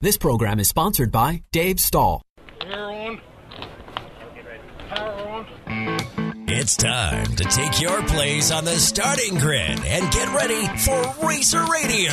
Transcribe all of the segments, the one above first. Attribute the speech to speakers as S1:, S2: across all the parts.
S1: This program is sponsored by Dave Stahl.
S2: Air on. Power on.
S3: It's time to take your place on the starting grid and get ready for Racer Radio.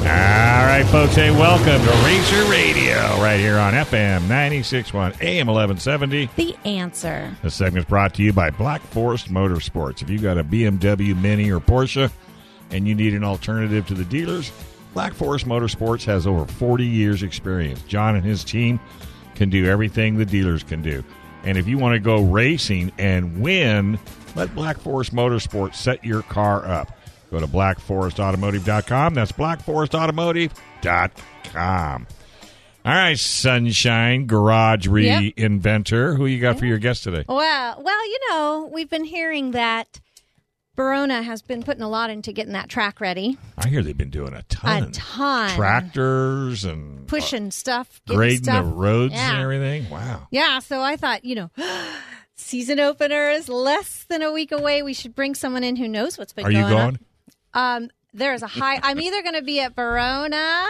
S4: All right, folks. Hey, welcome to Racer Radio right here on FM 96.1 AM 1170.
S5: The answer.
S4: This segment is brought to you by Black Forest Motorsports. If you've got a BMW, Mini, or Porsche and you need an alternative to the dealers, Black Forest Motorsports has over 40 years' experience. John and his team can do everything the dealers can do. And if you want to go racing and win, let Black Forest Motorsports set your car up. Go to blackforestautomotive.com. That's blackforestautomotive.com. All right, Sunshine Garage
S5: Yep.
S4: Reinventor. Who you got for your guest today?
S5: Well, well, you know, we've been hearing that Verona has been putting a lot into getting that track ready,
S4: I hear they've been doing a ton.
S5: A ton.
S4: Tractors and
S5: pushing stuff,
S4: Uh,
S5: getting
S4: grading
S5: stuff.
S4: the roads
S5: yeah.
S4: and everything. Wow.
S5: Yeah, so I thought, you know, season opener is less than a week away. We should bring someone in who knows what's been
S4: Are you
S5: going
S4: going?
S5: on. Um, there's a high. I'm either going to be at Verona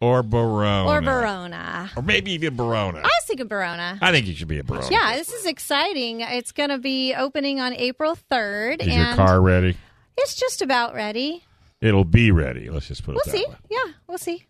S4: Or Barona.
S5: or Verona.
S4: Or maybe even Barona.
S5: I was thinking Verona.
S4: I think you should be a Barona.
S5: Yeah, this is exciting. It's going to be opening on April 3rd.
S4: Is
S5: and
S4: your car ready?
S5: It's just about ready.
S4: It'll be ready. Let's just put it
S5: We'll
S4: that
S5: see.
S4: way.
S5: Yeah, we'll see.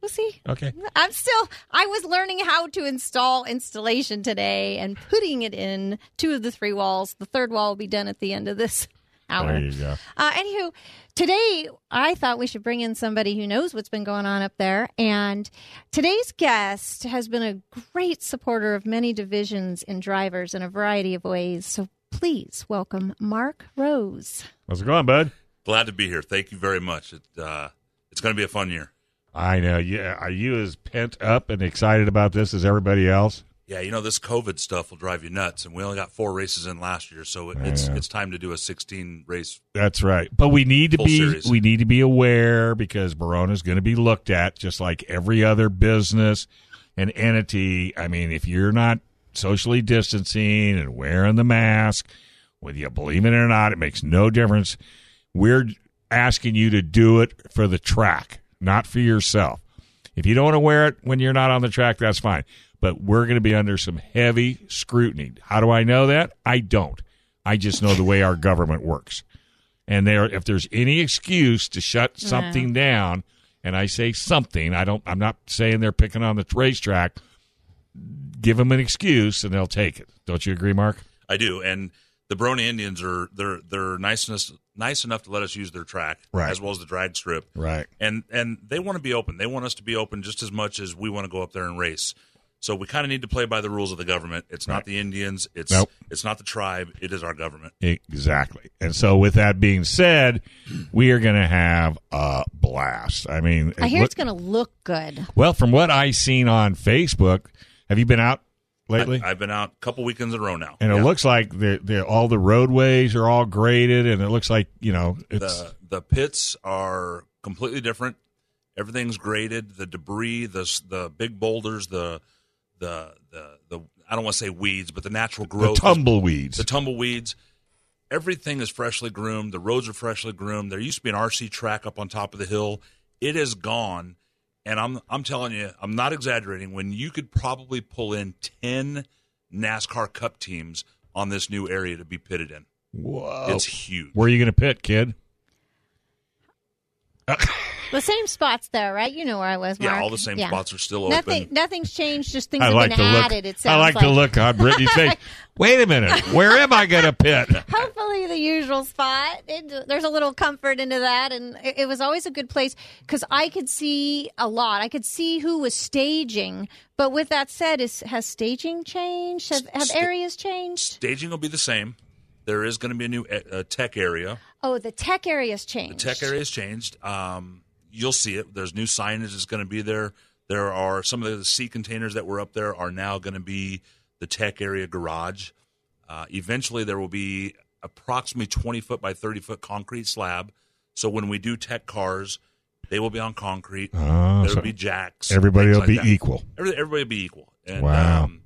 S5: We'll see.
S4: Okay.
S5: I'm still. I was learning how to install installation today and putting it in two of the three walls. The third wall will be done at the end of this hour.
S4: There you go.
S5: Uh, anywho, today I thought we should bring in somebody who knows what's been going on up there. And today's guest has been a great supporter of many divisions and drivers in a variety of ways. So please welcome Mark Rose.
S4: How's it going, bud?
S6: Glad to be here. Thank you very much. It, uh, it's going to be a fun year.
S4: I know. Yeah. Are you as pent up and excited about this as everybody else?
S6: Yeah, you know this COVID stuff will drive you nuts, and we only got four races in last year, so it, it's it's time to do a 16 race.
S4: That's right. But we need to
S6: Full
S4: be
S6: series.
S4: we need to be aware because Barona's going to be looked at just like every other business and entity. I mean, if you're not socially distancing and wearing the mask, whether you believe it or not, it makes no difference. We're asking you to do it for the track, not for yourself. If you don't want to wear it when you're not on the track, that's fine. But we're going to be under some heavy scrutiny. How do I know that? I don't. I just know the way our government works. And there, if there's any excuse to shut something down, and I say something, I don't. I'm not saying they're picking on the racetrack. Give them an excuse, and they'll take it. Don't you agree, Mark?
S6: I do, and the Brony Indians are they're they're niceness nice enough to let us use their track
S4: Right.
S6: as well as the drag strip,
S4: Right.
S6: and and they want to be open. They want us to be open just as much as we want to go up there and race. So we kind of need to play by the rules of the government. It's not the Indians. It's
S4: Nope.
S6: it's not the tribe. It is our government.
S4: Exactly. And so, with that being said, we are going to have a blast. I mean,
S5: I hear
S4: look-
S5: it's going to look good.
S4: well, from what I seen on Facebook, have you been out lately?
S6: I, have been out a couple weekends in a row now,
S4: and it
S6: Yeah.
S4: looks like the, the all the roadways are all graded, and it looks like you know it's
S6: the the pits are completely different. Everything's graded. The debris, the s- the big boulders, the the the, the I don't want to say weeds, but the natural
S4: the
S6: growth, is-
S4: tumbleweeds.
S6: the tumbleweeds. Everything is freshly groomed. The roads are freshly groomed. There used to be an RC track up on top of the hill. It is gone, and I'm I'm telling you, I'm not exaggerating. When you could probably pull in ten NASCAR Cup teams on this new area to be pitted in,
S4: Whoa!
S6: it's huge.
S4: Where are you going to pit, kid?
S5: The same spots though, right? You know where I was.
S6: Yeah,
S5: Mark.
S6: all the same
S5: Yeah.
S6: spots are still
S5: Nothing.
S6: open.
S5: Nothing's changed. Just things
S4: I
S5: have
S4: like
S5: been
S4: to look.
S5: added. It
S4: I
S5: sounds
S4: like, to look on Brittany's face. Wait a minute. Where am I going to pit?
S5: Hopefully, the usual spot. It, there's a little comfort into that, and it, it was always a good place because I could see a lot. I could see who was staging. But with that said, is has staging changed? Have, have areas changed?
S6: Staging will be the same. There is going to be a new uh, tech area.
S5: Oh, the tech area's changed.
S6: Tech area has changed. Um, you'll see it. There's new signage that's going to be there. There are some of the sea containers that were up there are now going to be the tech area garage. Uh, eventually, there will be approximately 20 foot by 30 foot concrete slab. So when we do tech cars, they will be on concrete.
S4: Oh,
S6: There'll
S4: so
S6: be jacks.
S4: Everybody
S6: things
S4: will
S6: like
S4: be
S6: that.
S4: equal.
S6: Every, everybody will be equal. And,
S4: Wow.
S6: Um,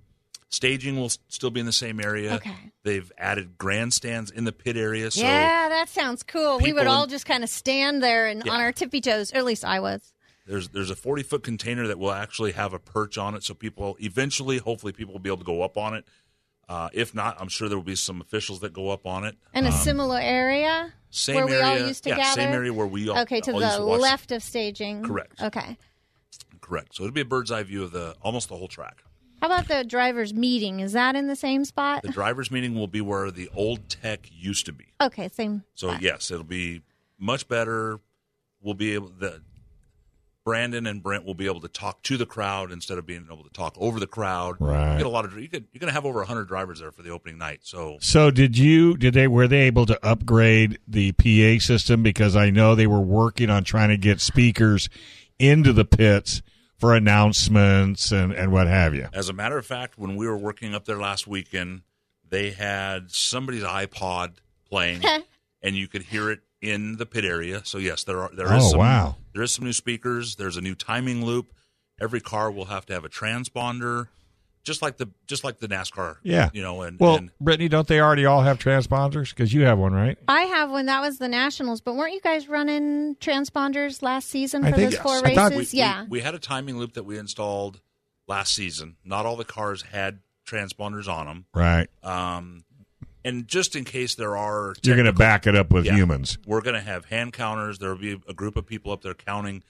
S6: staging will s- still be in the same area.
S5: Okay.
S6: They've added grandstands in the pit area. So
S5: yeah, that sounds cool. We would
S6: people
S5: all
S6: in-
S5: just kind of stand there and
S6: Yeah.
S5: on our tippy toes, or at least I was.
S6: there's there's a 40 foot container that will actually have a perch on it, so people eventually, hopefully, people will be able to go up on it. Uh, if not, I'm sure there will be some officials that go up on it.
S5: In a similar area
S6: Same
S5: where
S6: area,
S5: we all used to
S6: yeah,
S5: gather.
S6: same area where we all
S5: okay, to
S6: all used
S5: the
S6: watch-
S5: left of staging.
S6: Correct.
S5: Okay.
S6: Correct. So it'll be a bird's eye view of the almost the whole track.
S5: How about the drivers' meeting? Is that in the same spot?
S6: The drivers' meeting will be where the old tech used to be.
S5: Okay, same.
S6: So yes, it'll be much better. We'll be able the Brandon and Brent will be able to talk to the crowd instead of being able to talk over the crowd.
S4: Right.
S6: You get a lot of you could, you're going to have over 100 drivers there for the opening night. So
S4: So did you? Did they? Were they able to upgrade the PA system? Because I know they were working on trying to get speakers into the pits for announcements and and what have you.
S6: as a matter of fact, when we were working up there last weekend, they had somebody's iPod playing and you could hear it in the pit area. So yes, there are there is
S4: Oh,
S6: some,
S4: wow.
S6: there is some new speakers, there's a new timing loop. Every car will have to have a transponder. Just like the just like the NASCAR,
S4: Yeah.
S6: you know, and,
S4: Well,
S6: and
S4: Brittany, don't they already all have transponders? Because you have one, right?
S5: I have one. That was the Nationals, but weren't you guys running transponders last season
S4: I
S5: for
S4: think-
S5: those four
S4: I
S5: races?
S4: thought
S6: we,
S5: yeah.
S6: we, we had a timing loop that we installed last season. Not all the cars had transponders on them.
S4: Right.
S6: Um, and just in case there are,
S4: You're going to
S6: technical-
S4: back it up with
S6: Yeah.
S4: humans.
S6: We're going to have hand counters. There will be a group of people up there counting,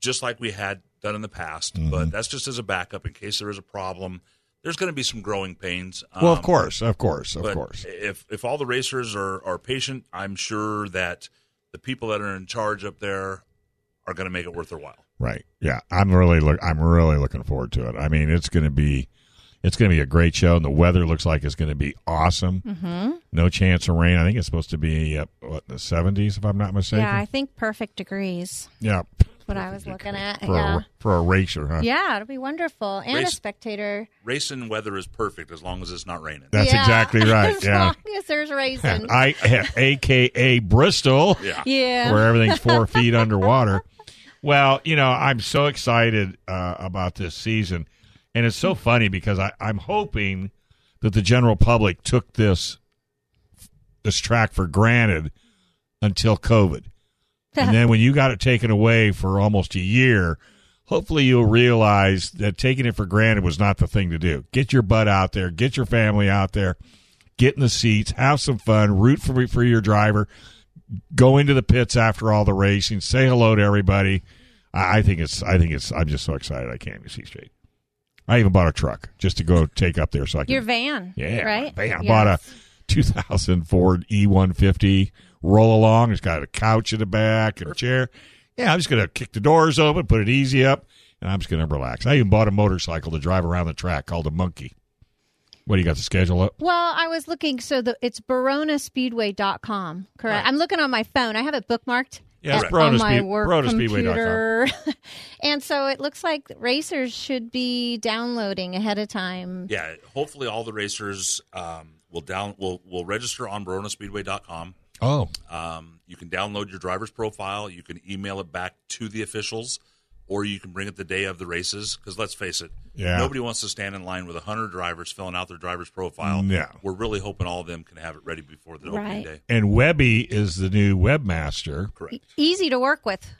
S6: just like we had done in the past.
S4: Mm-hmm.
S6: But that's just as a backup in case there is a problem. There's going to be some growing pains.
S4: well,
S6: Um,
S4: of course, of course, of
S6: but
S4: course.
S6: If if all the racers are are patient, I'm sure that the people that are in charge up there are going to make it worth their while.
S4: Right. Yeah. I'm really look. I'm really looking forward to it. I mean, it's going to be, it's going to be a great show, and the weather looks like it's going to be awesome. Mm-hmm. No chance of rain. I think it's supposed to be uh, what the 70s, if I'm not mistaken.
S5: Yeah, I think perfect degrees.
S4: Yeah.
S5: What I was looking at.
S4: For
S5: yeah.
S4: a for a racer, huh?
S5: yeah, it'll be wonderful. And a
S6: Race-
S5: spectator.
S6: Racing weather is perfect as long as it's not raining.
S4: That's
S5: Yeah.
S4: exactly right.
S5: as
S4: yeah.
S5: long as there's racing.
S4: I AKA Bristol.
S6: yeah.
S5: yeah.
S4: where everything's four feet underwater. Well, you know, I'm so excited uh, about this season, and it's so funny because I, I'm hoping that the general public took this this track for granted until COVID, and then when you got it taken away for almost a year. Hopefully, you'll realize that taking it for granted was not the thing to do. Get your butt out there, get your family out there, get in the seats, have some fun, root for, for your driver, go into the pits after all the racing, say hello to everybody. I, I think it's I think it's I'm just so excited I can't even see straight. I even bought a truck just to go take up there so I can
S5: Your van.
S4: yeah,
S5: Right?
S4: man, I
S5: Yes.
S4: bought a 2000 Ford E150 roll along. It's got a couch in the back and a chair. Yeah, I'm just going to kick the doors open, put it easy up, and I'm just going to relax. I even bought a motorcycle to drive around the track called a Monkey. What do you got the schedule up?
S5: Well, I was looking, so the, it's baronaspeedway.com, correct? I'm looking on my phone. I have it bookmarked
S4: Yeah, it's
S5: at- on my
S4: baronaspeed-
S5: work
S4: baronaspeedway.com.
S5: computer. and so it looks like racers should be downloading ahead of time.
S6: Yeah, hopefully all the racers um, will down will will register on BoronaSpeedway.com.
S4: Oh,
S6: Um, you can download your driver's profile. You can email it back to the officials, or you can bring it the day of the races. Because let's face it,
S4: Yeah.
S6: nobody wants to stand in line with hundred drivers filling out their driver's profile.
S4: No.
S6: we're really hoping all of them can have it ready before the
S5: Right.
S6: opening day.
S4: and Webby is the new webmaster.
S5: E-
S6: Correct.
S5: easy to work with.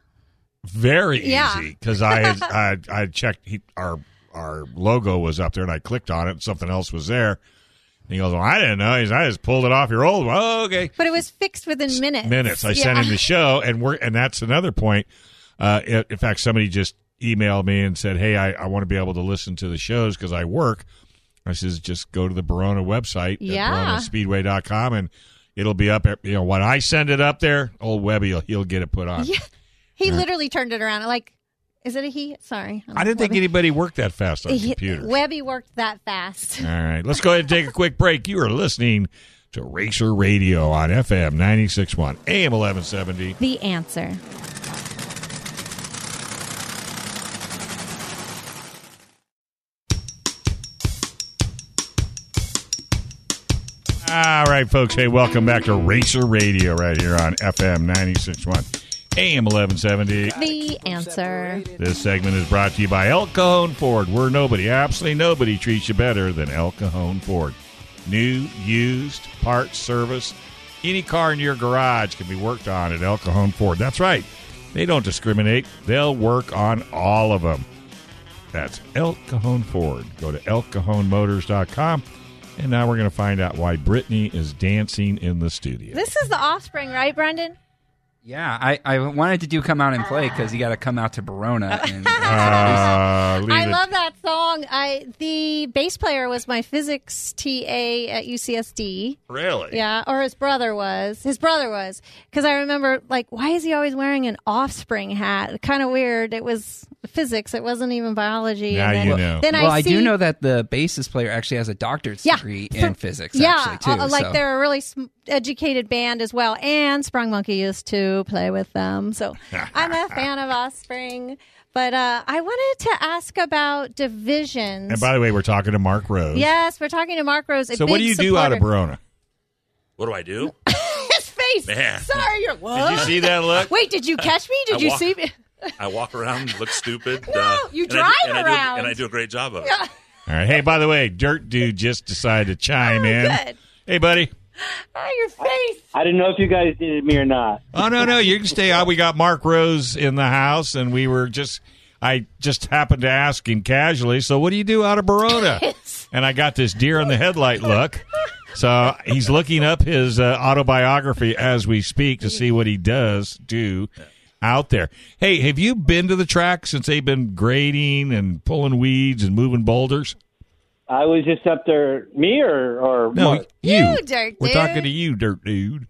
S4: very
S5: Yeah.
S4: easy because I, had, I had- I had checked he, our our logo was up there and I clicked on it and something else was there. And he goes, "Well, I didn't know." He's, "I just pulled it off your old one." Oh, okay,
S5: But it was fixed within minutes.
S4: minutes. I sent
S5: Yeah.
S4: him the show, and we're and that's another point. Uh, in in fact, somebody just emailed me and said, "Hey, I, I want to be able to listen to the shows because I work." I says, "Just go to the Barona website,
S5: Yeah.
S4: at BaronaSpeedway.com, and it'll be up. You know, when I send it up there, old Webby, he'll, he'll get it put on."
S5: Yeah. He literally turned it around. Like, is it a he? Sorry.
S4: I didn't think
S5: Webby.
S4: anybody worked that fast on
S5: He-
S4: computers.
S5: Webby worked that fast.
S4: All right, let's go ahead and take a quick break. You are listening to Racer Radio on FM 96.1, AM 1170.
S5: The answer.
S4: All right, folks. Hey, welcome back to Racer Radio right here on FM 961 AM 1170.
S5: The answer.
S4: This segment is brought to you by El Cajon Ford, where nobody, absolutely nobody, treats you better than El Cajon Ford. New, used, parts, service, any car in your garage can be worked on at El Cajon Ford. That's right. They don't discriminate, they'll work on all of them. That's El Cajon Ford. Go to elcajonmotors.com. And now we're going to find out why Brittany is dancing in the studio.
S5: This is the offspring, right, Brendan?
S2: Yeah, I, I wanted to do come out and play because you got to come out to Barona. And, uh,
S4: Uh, leave
S5: I
S4: it.
S5: love that song. I the bass player was my physics TA at UCSD.
S4: Really?
S5: Yeah, or his brother was. His brother was because I remember like, why is he always wearing an offspring hat? Kind of weird. It was physics. It wasn't even biology.
S4: Now
S5: and then,
S4: you know.
S5: Then
S2: well, I,
S5: I, see,
S2: do know that the bassist player actually has a doctorate
S5: Yeah,
S2: degree
S5: for-
S2: in physics.
S5: Yeah,
S2: actually, too.
S5: uh, like
S2: so.
S5: they're a really sm- educated band as well. And Sprung Monkey used to play with them, so I'm a fan of Offspring. But uh, I wanted to ask about divisions.
S4: And by the way, we're talking to Mark Rose.
S5: yes, we're talking to Mark Rose. a
S4: So what
S5: big
S4: do you do out of
S5: supporter-
S4: Barona?
S6: What do I do?
S5: His face.
S6: Man.
S5: Sorry, you're.
S4: Did you see that look?
S5: Wait, did you catch me? Did
S6: I
S5: you
S6: walk-
S5: see me?
S6: I walk around, look stupid. uh,
S5: No, you
S6: and I
S5: drive
S6: do- and I do-
S5: around.
S6: and I do a great job of it.
S4: All right. Hey, by the way, Dirt Dude just decided to chime in.
S5: Oh, good.
S4: Hey, buddy.
S5: Oh, your face.
S7: I didn't know if you guys needed me or not.
S4: Oh no, no, you can stay on. We got Mark Rose in the house, and we were just. I just happened to ask him casually, so what do you do out of Barona? and I got this deer in the headlight look. So he's looking up his uh, autobiography as we speak to see what he does do out there. Hey, have you been to the track since they've been grading and pulling weeds and moving boulders?
S7: I was just up there, me or or
S4: No,
S7: Mark?
S4: you.
S5: You dirt
S4: We're talking
S5: dude.
S4: to you, dirt dude.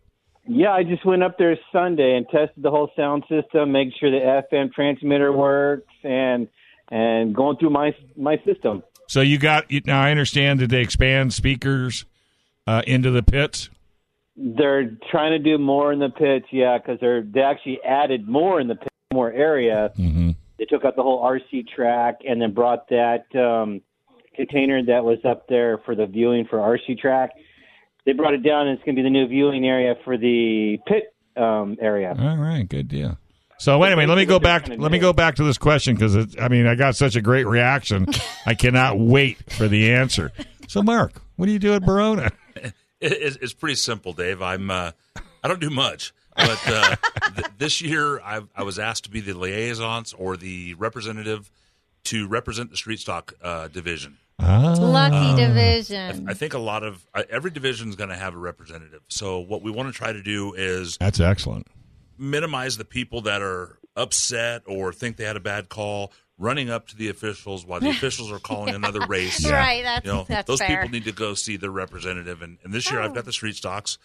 S7: Yeah, I just went up there Sunday and tested the whole sound system, make sure the FM transmitter works, and and going through my my system.
S4: So you got you- now. I understand that they expand speakers uh, into the pits.
S7: They're trying to do more in the pits, yeah, because they're they actually added more in the pit, more area.
S4: Mm-hmm.
S7: They took out the whole RC track and then brought that um, container that was up there for the viewing for RC track. They brought it down, and it's going to be the new viewing area for the pit um, area.
S4: All right, good deal. So anyway, let me go back. Let me go back to this question because I mean I got such a great reaction. I cannot wait for the answer. So Mark, what do you do at Barona?
S6: It, it's- it's pretty simple, Dave. I'm uh, I don't do much, but uh, th- this year I, I was asked to be the liaisons or the representative to represent the street stock uh, division.
S4: Ah,
S5: Lucky
S4: Uh,
S5: division.
S6: I think a lot of uh, every division is going to have a representative. So what we want to try to do is
S4: That's excellent.
S6: minimize the people that are upset or think they had a bad call running up to the officials while the officials are calling another race.
S5: Right, that's-
S6: you know,
S5: that's
S6: those
S5: fair. Oh.
S6: people need to go see their representative. And, and this year, I've got the street stocks.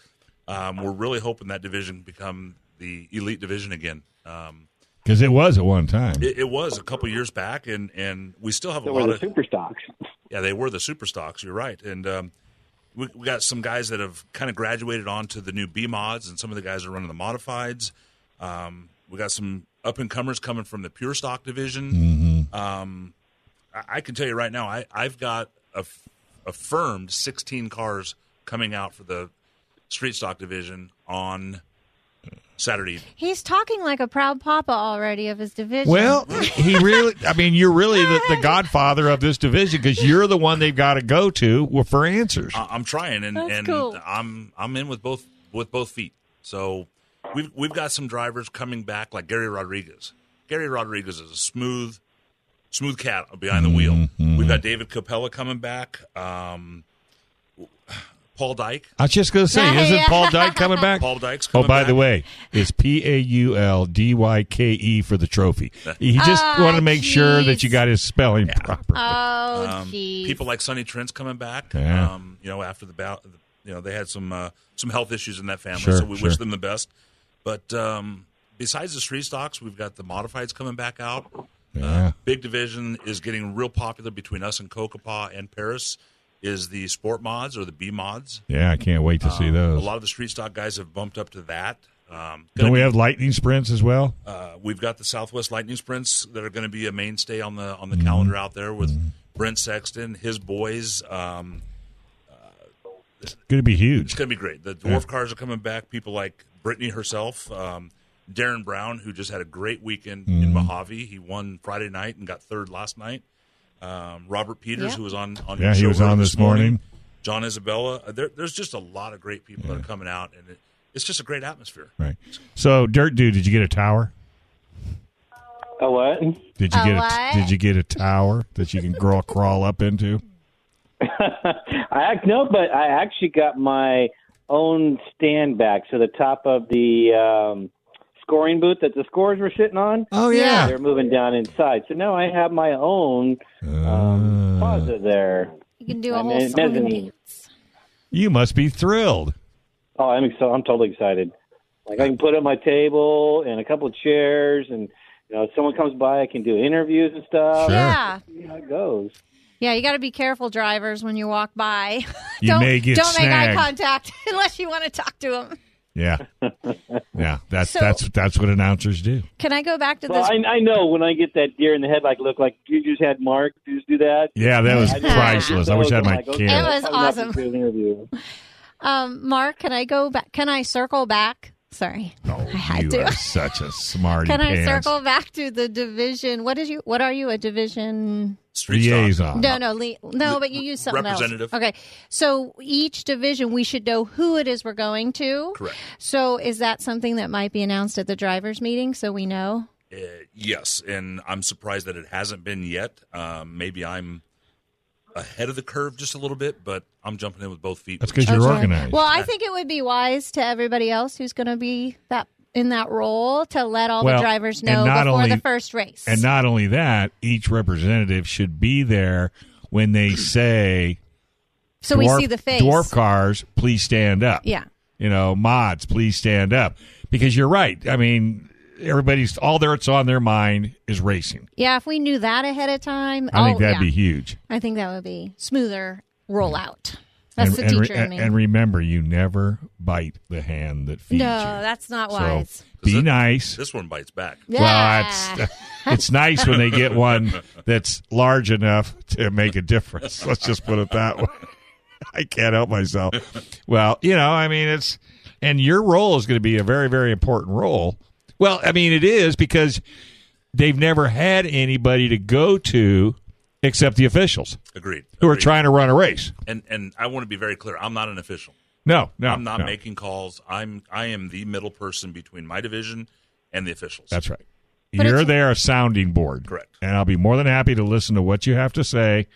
S6: Um, we're really hoping that division become the elite division again. Um,
S4: Because it was at one time.
S6: it, it was a couple years back, and, and we still have a
S7: So
S6: lot
S7: were the
S6: of
S7: super stocks.
S6: yeah, they were the super stocks. You're right, and um, we, we got some guys that have kind of graduated onto the new B mods, and some of the guys are running the modifieds. Um, we got some up and comers coming from the pure stock division. Um, I, I can tell you right now, I, I've got a, f- a firmed 16 cars coming out for the street stock division on Saturday. evening.
S5: He's talking like a proud papa already of his division.
S4: Well, he really. I mean, you're really the, the godfather of this division because you're the one they've got to go to for answers.
S6: I- I'm trying, and,
S5: That's
S6: and
S5: cool.
S6: I'm I'm in with both with both feet. So we've we've got some drivers coming back, like Gary Rodriguez. Gary Rodriguez is a smooth smooth cat behind the wheel.
S4: Mm-hmm.
S6: We've got David Capella coming back. Um, Paul Dyke.
S4: I was just going to say, isn't Paul Dyke coming back?
S6: Paul Dyke's
S4: Oh,
S6: coming
S4: by the
S6: back.
S4: way, it's P A U L D Y K E for the trophy. He just wanted to make sure that you
S5: Oh, jeez.
S4: got his spelling proper.
S5: oh,
S6: Um,
S5: geez.
S6: people like Sonny Trent's coming back.
S4: Yeah.
S6: Um, you know, after the bout, you know, they had some uh, some health issues in that family,
S4: Sure,
S6: so we
S4: sure.
S6: wish them the best. But um, besides the street stocks, we've got the modifieds coming back out.
S4: Yeah.
S6: Uh, big division is getting real popular between us and Kokopah and Paris. Is the sport mods or the B mods?
S4: yeah, I can't wait to see
S6: Uh, A
S4: those.
S6: lot of the street stock guys have bumped up to that. Um,
S4: Don't we have lightning sprints as well?
S6: uh, we've got the Southwest Lightning Sprints that are going to be a mainstay on the
S4: Mm-hmm.
S6: on the calendar out there with Brent Sexton, his boys. Um, uh,
S4: going to be
S6: It's
S4: huge.
S6: going to be great. The dwarf cars are coming back. People like Brittany herself, um, Darren Brown, who just had a great weekend
S4: Mm-hmm.
S6: in Mojave. He won Friday night and got third last night. Um, Robert Peters,
S5: Yeah.
S6: who was on, on
S4: Yeah,
S6: your
S4: he
S6: show
S4: was on
S6: earlier
S4: this morning.
S6: John Isabella. Uh, There, there's just a lot of great people that are coming out, and it, it's just a great atmosphere.
S4: Right. So, Dirt Dude, did you get a tower?
S8: A what?
S4: Did you
S5: A
S4: get
S5: what?
S4: a, did you get a tower that you can crawl crawl up into?
S8: I act no, but I actually got my own stand back. So the top of the um, scoring booth that the scores were sitting on.
S4: Oh
S5: yeah.
S8: They're moving down inside. So now I have my own um, plaza there.
S5: You can do a
S8: I'm
S5: whole
S8: in
S5: song and
S8: mezzanine.
S5: dance.
S4: You must be thrilled.
S8: Oh, I'm so I'm totally excited. Like I can put up my table and a couple of chairs, and you know, if someone comes by, I can do interviews and stuff.
S4: Sure.
S5: Yeah.
S8: See how it goes.
S5: Yeah, you got to be careful, drivers, when you walk by.
S4: You
S5: don't
S4: may get
S5: don't make eye
S4: snagged.
S5: contact unless you want to talk to them.
S4: Yeah, yeah. That's
S5: So-
S4: that's that's what announcers do.
S5: Can I go back to
S8: Well,
S5: this?
S8: I, I know when I get that deer in the headlight look, like you just had Mark just do that.
S4: Yeah, that was
S8: I just-
S4: priceless. I wish I had my
S8: Like, okay,
S5: It
S4: camera.
S5: was
S8: I'm about to
S5: awesome.
S8: do an interview.
S5: um, Mark, can I go back? Can I circle back? Sorry,
S4: Oh,
S5: I had
S4: you
S5: to.
S4: are such a smarty
S5: Can I
S4: pants
S5: circle back to the division? What is you? What are you? A division?
S6: Street
S4: liaison.
S5: No, no, le- no. But you use something
S6: representative.
S5: else. Okay, so each division, we should know who it is we're going to.
S6: Correct.
S5: So, is that something that might be announced at the drivers' meeting so we know?
S6: Uh, yes, and I'm surprised that it hasn't been yet. Um, maybe I'm ahead of the curve just a little bit, but I'm jumping in with both feet.
S4: That's
S6: with
S4: because you're
S5: Okay.
S4: organized.
S5: Well, I think it would be wise to everybody else who's going to be that in that role to let all
S4: Well,
S5: the drivers
S4: and
S5: know
S4: not
S5: before
S4: only-
S5: the first race.
S4: and not only that, each representative should be there when they say
S5: so
S4: dwarf,
S5: we see the face.
S4: dwarf cars, please stand up.
S5: Yeah.
S4: You know, mods, please stand up. Because you're right. I mean, everybody's all that's on their mind is racing.
S5: Yeah, if we knew that ahead of time,
S4: I think
S5: oh,
S4: that'd
S5: yeah.
S4: be huge.
S5: I think that would be smoother rollout. That's
S4: and,
S5: the
S4: and,
S5: teacher
S4: re-
S5: in me.
S4: and remember, you never bite the hand that feeds
S5: no,
S4: you.
S5: that's not
S4: so
S5: wise.
S4: be nice.
S6: This one bites back.
S5: yeah.
S4: Well, it's it's nice when they get one that's large enough to make a difference. Let's just put it that way. I can't help myself. Well, you know, I mean, it's and your role is going to be a very, very important role. Well, I mean, it is because they've never had anybody to go to except the officials
S6: Agreed.
S4: who are
S6: Agreed.
S4: trying to run a race.
S6: And and I want to be very clear. I'm not an official.
S4: No, no,
S6: I'm not
S4: no.
S6: making calls. I'm I am the middle person between my division and the officials.
S4: That's right.
S5: But
S4: You're
S5: it's-
S4: there, a sounding board.
S6: Correct.
S4: And I'll be more than happy to listen to what you have to say.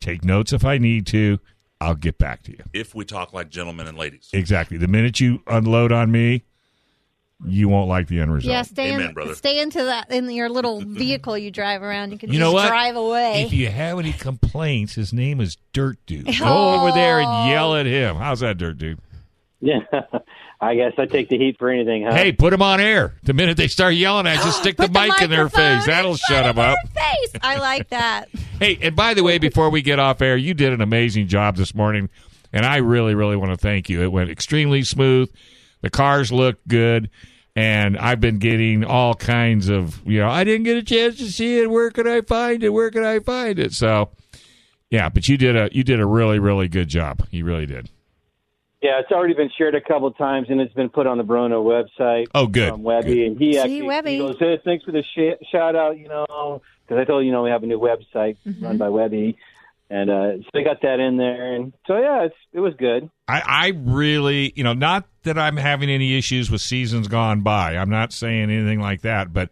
S4: Take notes if I need to. I'll get back to you.
S6: if we talk like gentlemen and ladies.
S4: Exactly. The minute you unload on me, you won't like the end result.
S5: yeah, stay
S6: Amen,
S5: in,
S6: brother.
S5: stay into that in your little vehicle you drive around. You can
S4: You
S5: just
S4: know what?
S5: drive away.
S4: If you have any complaints, his name is Dirt Dude.
S5: Oh.
S4: Go over there and yell at him. How's that, Dirt Dude?
S8: Yeah, I guess I take the heat for anything, huh?
S4: Hey, put him on air. The minute they start yelling at you, stick the
S5: Uh, Put
S4: mic in their
S5: microphone
S4: face. That'll
S5: in
S4: shut
S5: front of
S4: them up.
S5: their Face. I like that.
S4: Hey, and by the way, before we get off air, you did an amazing job this morning, and I really, really want to thank you. It went extremely smooth. The cars looked good, and I've been getting all kinds of, you know, I didn't get a chance to see it. Where can I find it? Where can I find it? So, yeah, but you did a you did a really, really good job. You really did.
S8: Yeah, it's already been shared a couple times, and it's been put on the Bruno website.
S4: Oh, good.
S8: From Webby, and he
S5: See,
S8: actually
S5: Webby.
S8: He goes, hey, thanks for the sh- shout out. You know, because I told you, you know we have a new website
S5: Mm-hmm.
S8: run by Webby, and uh, so they got that in there, and so yeah, it's, it was good.
S4: I, I really, you know, not that I'm having any issues with seasons gone by. I'm not saying anything like that, but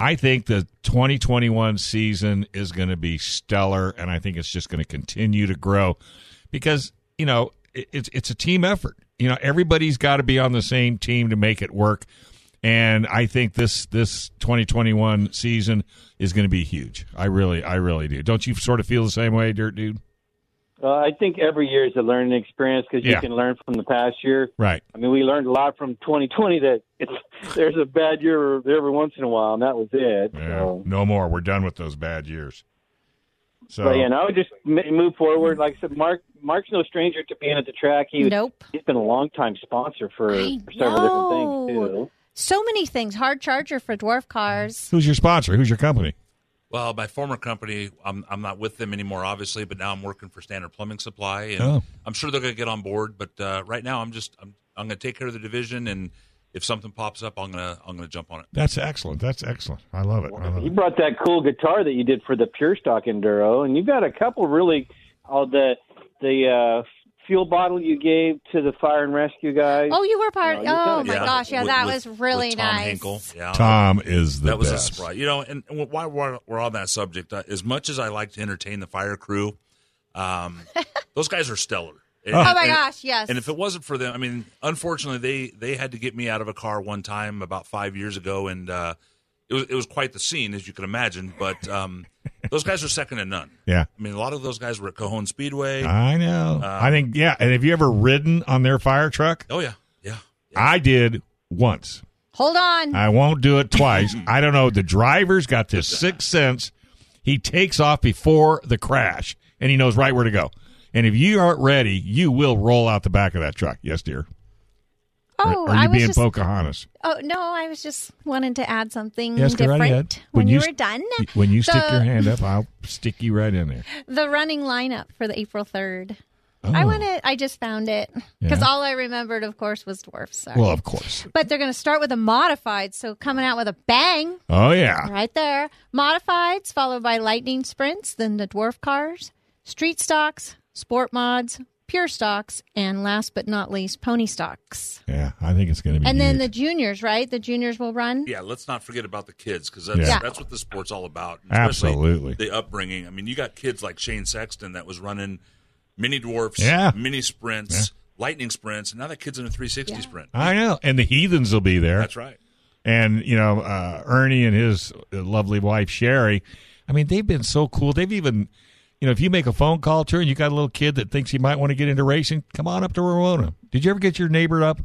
S4: I think the 2021 season is going to be stellar, and I think it's just going to continue to grow because you know it, it's it's a team effort. You know, everybody's got to be on the same team to make it work, and I think this this 2021 season is going to be huge. I really, I really do. Don't you sort of feel the same way, Dirt Dude?
S8: Uh, I think every year is a learning experience because
S4: Yeah.
S8: you can learn from the past year.
S4: Right.
S8: I mean, we learned a lot from 2020 that it's, there's a bad year every once in a while, and that was it.
S4: Yeah,
S8: So.
S4: no more. We're done with those bad years. So
S8: But yeah, no, I would just m- move forward. Like I said, Mark Mark's no stranger to being at the track. He was-
S5: Nope.
S8: he's been a long time sponsor for,
S5: I
S8: for several
S5: know.
S8: different things too.
S5: So many things. Hard charger for dwarf cars.
S4: who's your sponsor? Who's your company?
S6: Well, my former company, I'm I'm not with them anymore, obviously, but now I'm working for Standard Plumbing Supply, and
S4: Oh.
S6: I'm sure they're going to get on board. But uh, right now, I'm just I'm, I'm going to take care of the division, and if something pops up, I'm gonna I'm gonna jump on it.
S4: That's excellent. That's excellent. I love it. I love
S7: You
S4: it.
S7: brought that cool guitar that you did for the Pure Stock Enduro, and you've got a couple really. All the the uh, fuel bottle you gave to the fire and rescue guys.
S5: Oh, you were part.
S7: No, you
S5: oh
S7: don't.
S5: my
S6: Yeah,
S5: gosh, yeah,
S6: with-
S5: that
S6: with-
S5: was really
S6: with Tom
S5: nice.
S6: Hinkle. Yeah,
S4: Tom is the
S6: that was
S4: best.
S6: a surprise. You know, and and why we're, we're on that subject, uh, as much as I like to entertain the fire crew, um, those guys are stellar. And-
S5: Oh my
S6: and-
S5: gosh, yes.
S6: And if it wasn't for them, I mean, unfortunately, they they had to get me out of a car one time about five years ago, and uh, it was it was quite the scene, as you can imagine. But um, those guys are second to none.
S4: Yeah.
S6: I mean, a lot of those guys were at Cajon Speedway.
S4: I know.
S6: Um,
S4: I think yeah. And have you ever ridden on their fire truck?
S6: oh yeah, yeah.
S4: I did once.
S5: Hold on.
S4: I won't do it twice. I don't know. The driver's got this sixth sense. He takes off before the crash, and he knows right where to go. And if you aren't ready, you will roll out the back of that truck. Yes, dear. Or-
S5: oh,
S4: or, you
S5: I was
S4: being
S5: just.
S4: Pocahontas?
S5: oh no, I was just wanting to add something
S4: Yes, go
S5: different.
S4: right ahead.
S5: When, you,
S4: s-
S5: were done,
S4: When you stick
S5: the-
S4: your hand up, I'll stick you right in there.
S5: the running lineup for the April third. I
S4: Oh.
S5: want to. I just found it because
S4: Yeah.
S5: all I remembered, of course, was dwarfs. Sorry.
S4: Well, of course.
S5: but they're going to start with a modified, so coming out with a bang
S4: Oh yeah.
S5: right there. Modifieds followed by lightning sprints, then the dwarf cars, street stocks, sport mods, pure stocks, and last but not least, pony stocks.
S4: Yeah, I think it's going to be.
S5: And then the
S4: huge.
S5: juniors, right? The juniors will run.
S6: Yeah, let's not forget about the kids because that's
S4: Yeah.
S6: that's what the sport's all about. and especially
S4: Absolutely.
S6: the upbringing. I mean, you got kids like Shane Sexton that was running mini dwarfs,
S4: Yeah.
S6: mini sprints, lightning sprints, and now that kid's in a 360 sprint.
S4: I know, and the heathens will be there.
S6: That's right.
S4: and you know uh, Ernie and his uh, lovely wife Sherry. I mean, they've been so cool. They've even, you know, if you make a phone call to her and you got a little kid that thinks he might want to get into racing, come on up to Rowena. Did you ever get your neighbor up?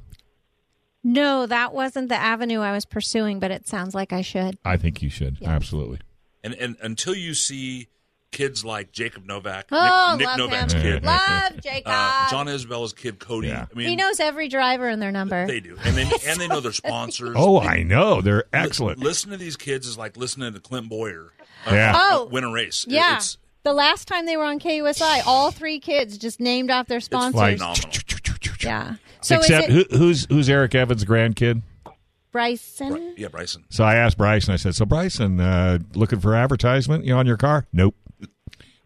S5: No, that wasn't the avenue I was pursuing, but it sounds like I should.
S4: I think you should absolutely.
S6: And and until you see kids like Jacob Novak,
S5: Oh,
S6: Nick, Nick
S5: love
S6: Novak's
S5: him.
S6: kid,
S5: Love Jacob.
S6: uh, John Isabella's kid, Cody.
S4: Yeah.
S6: I mean,
S5: he knows every driver and their number.
S6: they do, and then and they know their sponsors.
S4: Oh, I know they're excellent.
S6: Listening to these kids is like listening to Clint Boyer. uh,
S4: Yeah.
S5: Oh.
S6: win a race. It-
S5: Yeah.
S6: it's,
S5: the last time they were on KUSI, all three kids just named off their sponsors.
S4: Like,
S6: phenomenal.
S5: yeah. So
S4: except
S5: is it
S4: who, who's who's Eric Evans' grandkid?
S5: Bryson?
S6: Bri- yeah, Bryson.
S4: So I asked Bryson. I said, "So Bryson, uh, looking for advertisement? You know, on your car? Nope."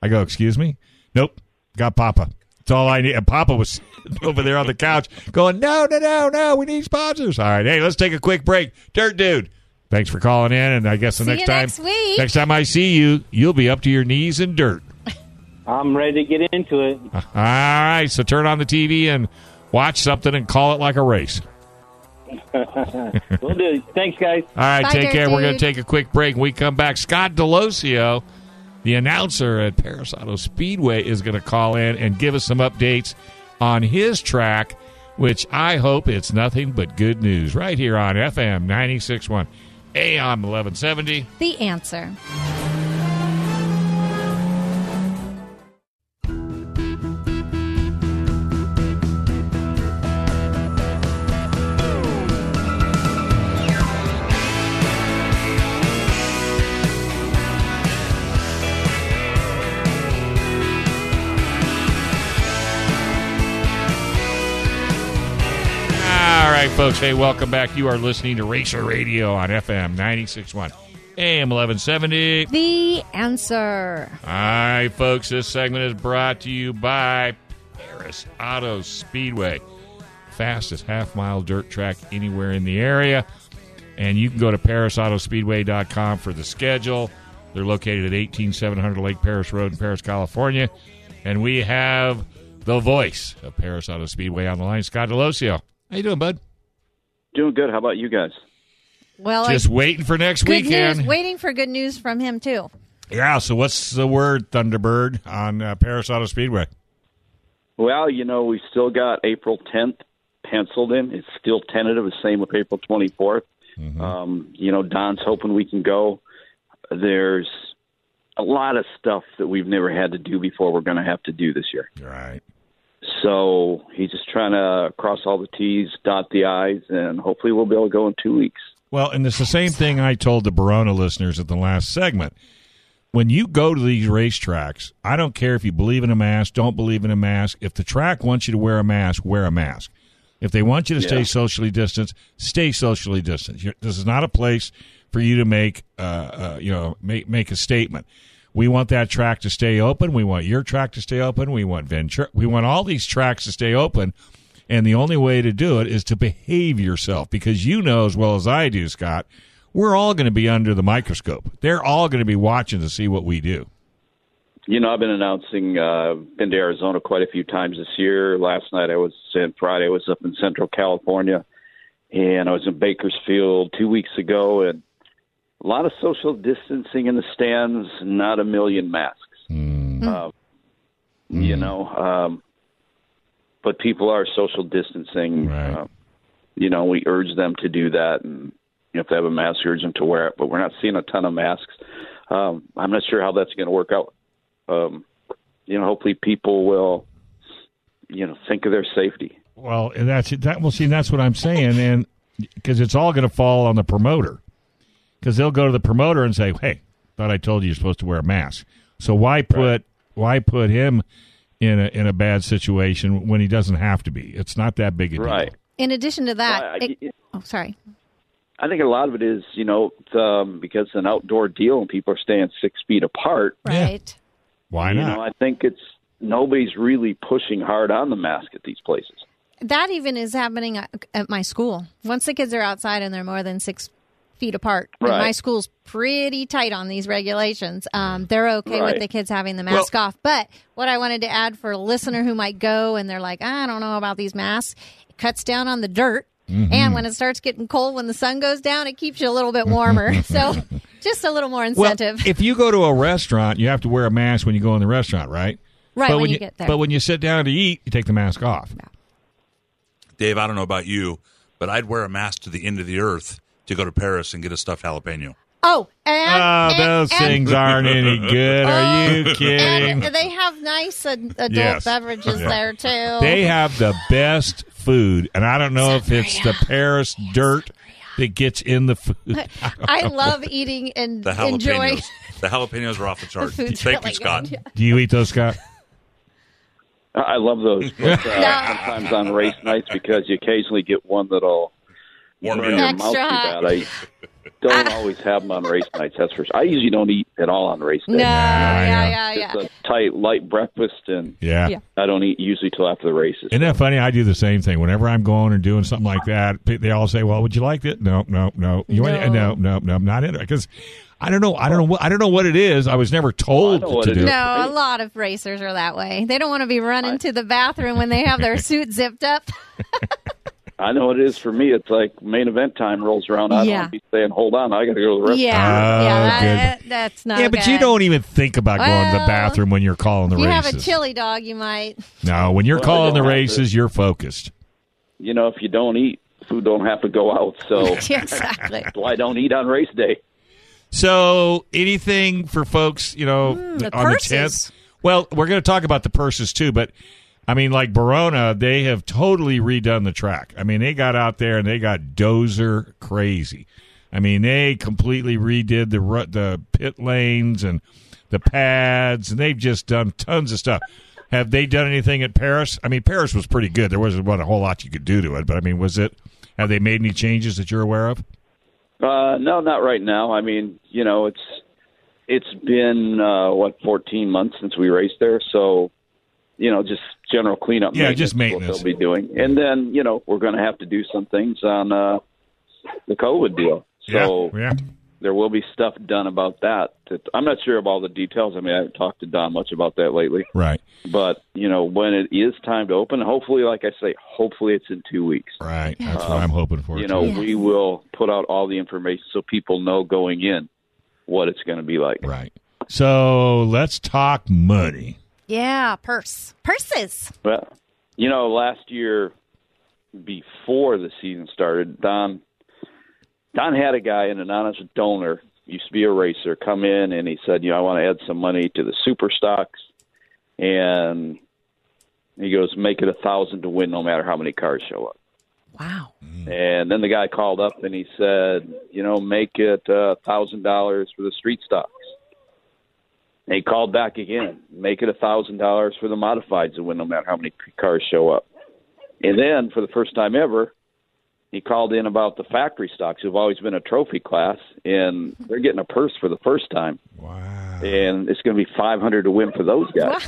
S4: I go, "Excuse me? Nope. Got Papa. That's all I need." And Papa was sitting over there on the couch, going, "No, no, no, no. We need sponsors. All right, hey, let's take a quick break. Dirt dude, thanks for calling in. And I guess the
S5: See
S4: next
S5: you
S4: time,
S5: next week.
S4: next time I see you, you'll be up to your knees in dirt.
S7: I'm ready to get into it.
S4: All right. So turn on the TV and watch something and call it like a race.
S7: We'll do. it. Thanks, guys.
S4: All right,
S5: Bye,
S4: take
S5: Dirt
S4: care. We're going to
S5: Dude.
S4: take a quick break. When we come back, Scott Delosio, the announcer at Paris Auto Speedway, is going to call in and give us some updates on his track, which I hope it's nothing but good news right here on FM 96.1 AM 1170.
S5: The answer.
S4: All right, folks. Hey, welcome back. You are listening to Racer Radio on FM 96.1 AM 1170.
S5: The answer.
S4: All right, folks, this segment is brought to you by Paris Auto Speedway. Fastest half mile dirt track anywhere in the area. And you can go to parisautospeedway.com for the schedule. They're located at 18700 Lake Paris Road in Paris, California. And we have the voice of Paris Auto Speedway on the line, Scott Delosio. How you doing, bud?
S8: Doing good. How about you guys?
S5: Well,
S4: Just waiting for next
S5: good
S4: weekend.
S5: news. Waiting for good news from him too.
S4: yeah, so what's the word, Thunderbird, on uh, Paris Auto Speedway?
S8: Well, you know, we still got April 10th penciled in. It's still tentative. The same with April 24th. Um, you know, Don's hoping we can go. There's a lot of stuff that we've never had to do before we're going to have to do this year.
S4: All right.
S8: So he's just trying to cross all the T's, dot the I's, and hopefully we'll be able to go in two weeks.
S4: Well, and it's the same thing I told the Barona listeners at the last segment. when you go to these racetracks, I don't care if you believe in a mask, don't believe in a mask. If the track wants you to wear a mask, wear a mask. If they want you to stay
S8: Yeah.
S4: socially distanced, stay socially distanced. You're, this is not a place for you to make, uh, uh, you know, make make a statement. We want that track to stay open. We want your track to stay open. We want Ventura. We want all these tracks to stay open. And the only way to do it is to behave yourself because you know as well as I do, Scott, we're all going to be under the microscope. They're all going to be watching to see what we do.
S8: You know, I've been announcing, uh, been to Arizona quite a few times this year. Last night I was in, Friday I was up in Central California, and I was in Bakersfield two weeks ago, and a lot of social distancing in the stands, not a million masks. Um, You know, um, but people are social distancing.
S4: Right.
S8: Um, you know, we urge them to do that, and you know, if they have a mask, urge them to wear it. But we're not seeing a ton of masks. Um, I'm not sure how that's going to work out. Um, you know, hopefully people will, you know, think of their safety.
S4: Well, and that's that. Well, see, that's what I'm saying, and because it's all going to fall on the promoter, because they'll go to the promoter and say, "Hey, thought I told you you're supposed to wear a mask. So why put why put him in a in a bad situation when he doesn't have to be? It's not that big a deal,
S8: Right.
S5: In addition to that,
S8: Right.
S5: it- oh, sorry.
S8: I think a lot of it is, you know, um, because it's an outdoor deal and people are staying six feet apart.
S5: Right.
S4: Why
S8: you
S4: not?
S8: know, I think it's nobody's really pushing hard on the mask at these places.
S5: That even is happening at, at my school. Once the kids are outside and they're more than six feet apart, and
S8: Right.
S5: my school's pretty tight on these regulations. Um, they're okay with
S8: Right.
S5: the kids having the mask off. But what I wanted to add for a listener who might go and they're like, I don't know about these masks, it cuts down on the dirt.
S4: Mm-hmm.
S5: And when it starts getting cold, when the sun goes down, it keeps you a little bit warmer. so just a little more incentive.
S4: Well, if you go to a restaurant, you have to wear a mask when you go in the restaurant, right?
S5: Right,
S4: But
S5: when
S4: when
S5: you
S4: you-
S5: get there.
S4: But when you sit down to eat, you take the mask off.
S6: Dave, I don't know about you, but I'd wear a mask to the end of the earth to go to Paris and get a stuffed jalapeno.
S5: oh, and,
S4: oh,
S5: and-
S4: those
S5: and-
S4: things aren't any good. Are you kidding?
S5: And they have nice ad- adult
S4: Yes.
S5: beverages
S4: Yeah.
S5: there too.
S4: They have the best food, and I don't know if it's the Paris dirt that gets in the food.
S5: I love eating and
S6: The jalapenos.
S5: enjoying.
S6: The jalapenos are off the chart.
S5: food's
S6: Thank
S5: really
S6: you, Scott.
S5: good.
S4: Do you eat those, Scott?
S8: I I love those but, uh, sometimes on race nights because you occasionally get one that'll
S6: Warm
S8: burn
S6: you
S8: your
S6: up.
S5: Extra
S8: mouth
S5: hot.
S8: too bad. I don't always have them on race nights. That's for sure. I usually don't eat at all on race
S5: No,
S8: nights.
S5: yeah, yeah, yeah.
S8: It's a tight, light breakfast, and
S4: Yeah.
S5: Yeah.
S8: I don't eat usually till after the races.
S4: Isn't that funny? I do the same thing. Whenever I'm going or doing something like that, pe- they all say, "Well, would you like it?" No, no, no. You want it? no,
S5: No.
S4: no, no. I'm not in it because I don't know. I don't know. What, I don't know what it is. I was never told
S8: know what
S4: to
S8: it
S4: do.
S8: is.
S4: it.
S5: No, a lot of racers are that way. They don't want to be running to the bathroom when they have their suit zipped up.
S8: I know what it is for me. It's like main event time rolls around.
S5: Yeah.
S8: I don't want to be saying, "Hold on, I got to go to the restroom."
S5: Yeah,
S4: Oh,
S5: yeah, that,
S4: good.
S5: that's not.
S4: Yeah, but you
S5: good.
S4: don't even think about going to the
S5: Well,
S4: bathroom when you're calling the
S5: If you have
S4: races.
S5: a chili dog, you might.
S4: No, when you're
S8: Well, I
S4: calling the
S8: don't have to.
S4: races, you're focused.
S8: You know, if you don't eat, food don't have to go out. So
S5: exactly.
S8: why don't eat on race day?
S4: So, anything for folks, you know,
S5: Mm, the
S4: on
S5: purses.
S4: the tenth? Well, we're going to talk about the purses too, but I mean, like Barona, they have totally redone the track. I mean, they got out there and they got dozer crazy. I mean, they completely redid the ru- the pit lanes and the pads, and they've just done tons of stuff. Have they done anything at Paris? I mean, Paris was pretty good. There wasn't what a whole lot you could do to it, but I mean, was it? Have they made any changes that you're aware of?
S8: Uh, no, not right now. I mean, you know, it's it's been uh, what 14 months since we raced there, so you know, just general cleanup.
S4: Yeah, just
S8: is what
S4: maintenance.
S8: they'll be doing, and then you know, we're going to have to do some things on uh, the COVID deal. So
S4: yeah. yeah.
S8: there will be stuff done about that. that- I'm not sure of all the details. I mean, I haven't talked to Don much about that lately.
S4: Right.
S8: But you know, when it is time to open, hopefully, like I say, hopefully it's in two weeks.
S4: Right. That's what I'm hoping for.
S8: You
S4: too.
S8: know, we will put out all the information so people know going in what it's going to be like.
S4: Right. So let's talk money.
S5: Yeah, purse, purses.
S8: Well, you know, last year before the season started, Don Don had a guy, an anonymous donor, used to be a racer, come in and he said, you know, I want to add some money to the super stocks, and he goes, make it a thousand to win, no matter how many cars show up.
S5: Wow.
S8: And then the guy called up and uh, he said, you know, make it a thousand dollars for the street stocks. They called back again. Make it a thousand dollars for the modifieds to win, no matter how many cars show up. And then, for the first time ever, he called in about the factory stocks, who've always been a trophy class, and they're getting a purse for the first time.
S4: Wow.
S8: And it's going to be five hundred to win for those guys.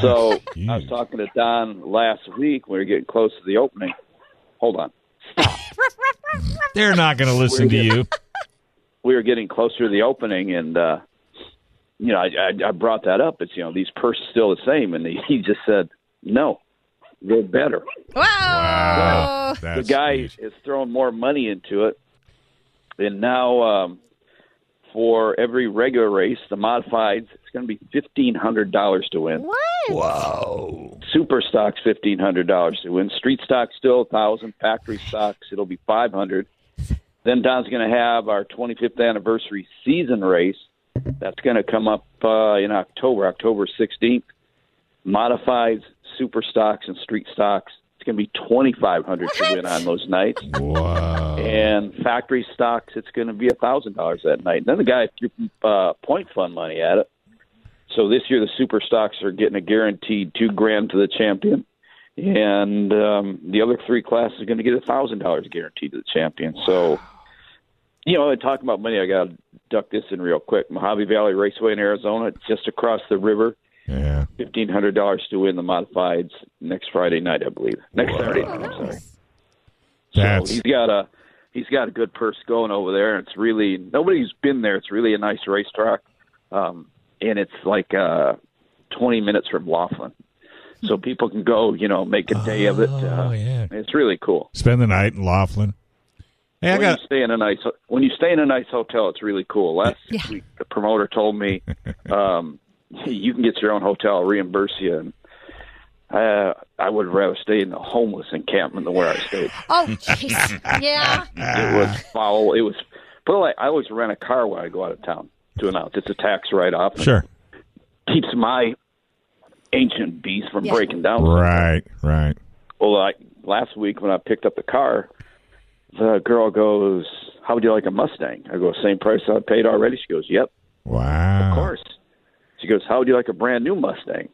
S8: So I was
S4: Huge.
S8: talking to Don last week. We were getting close to the opening. Hold on.
S4: They're not going to listen to you.
S8: we were getting closer to the opening, and uh, you know, I, I, I brought that up. It's you know, these purses still the same, and he, he just said, "No, they're better."
S5: Wow.
S4: That's
S8: the guy
S4: huge.
S8: is throwing more money into it, and now um, for every regular race, the modifieds, it's going to be fifteen hundred dollars to win.
S5: What?
S8: Super stocks, fifteen hundred dollars to win. Street stocks still a thousand. Factory stocks, it'll be five hundred. Then Don's going to have our 25th anniversary season race. That's going to come up uh, in October, October 16th. Modifieds, super stocks, and street stocks. It's going to be 2,500 to win on those nights.
S4: Wow.
S8: And factory stocks, it's going to be a thousand dollars that night. And then the guy threw uh, point fund money at it. So this year, the super stocks are getting a guaranteed two grand to the champion, and um, the other three classes are going to get a thousand dollars guaranteed to the champion. So, you know, talking about money, I got to duck this in real quick. Mojave Valley Raceway in Arizona, just across the river,
S4: Yeah.
S8: fifteen hundred dollars to win the modifieds next Friday night, I believe. Next Saturday
S5: Oh,
S8: night, I'm sorry.
S4: That's
S8: So he's got a he's got a good purse going over there. It's really nobody's been there. It's really a nice racetrack, um, and it's like uh, 20 minutes from Laughlin, so people can go. You know, make a day of it. Uh,
S4: Oh, yeah.
S8: It's really cool.
S4: spend the night in Laughlin. Hey, I
S8: When
S4: got
S8: you stay in a nice when you stay in a nice hotel, it's really cool. Last
S5: Yeah.
S8: week, the promoter told me um, you can get your own hotel, reimburse you. And, uh, I would rather stay in a homeless encampment than where I stayed.
S5: Oh, jeez. yeah.
S8: It was foul. It was put it like I always rent a car when I go out of town to announce it's a tax write off.
S4: sure.
S8: keeps my ancient beast from
S5: Yeah.
S8: breaking down.
S4: Right, right.
S8: Well, I, last week when I picked up the car, the girl goes, "How would you like a Mustang?" I go, "Same price I paid already." She goes, "Yep,
S4: Wow.
S8: of
S5: Uh-huh.
S8: course." She goes, "How would you like a brand new Mustang?"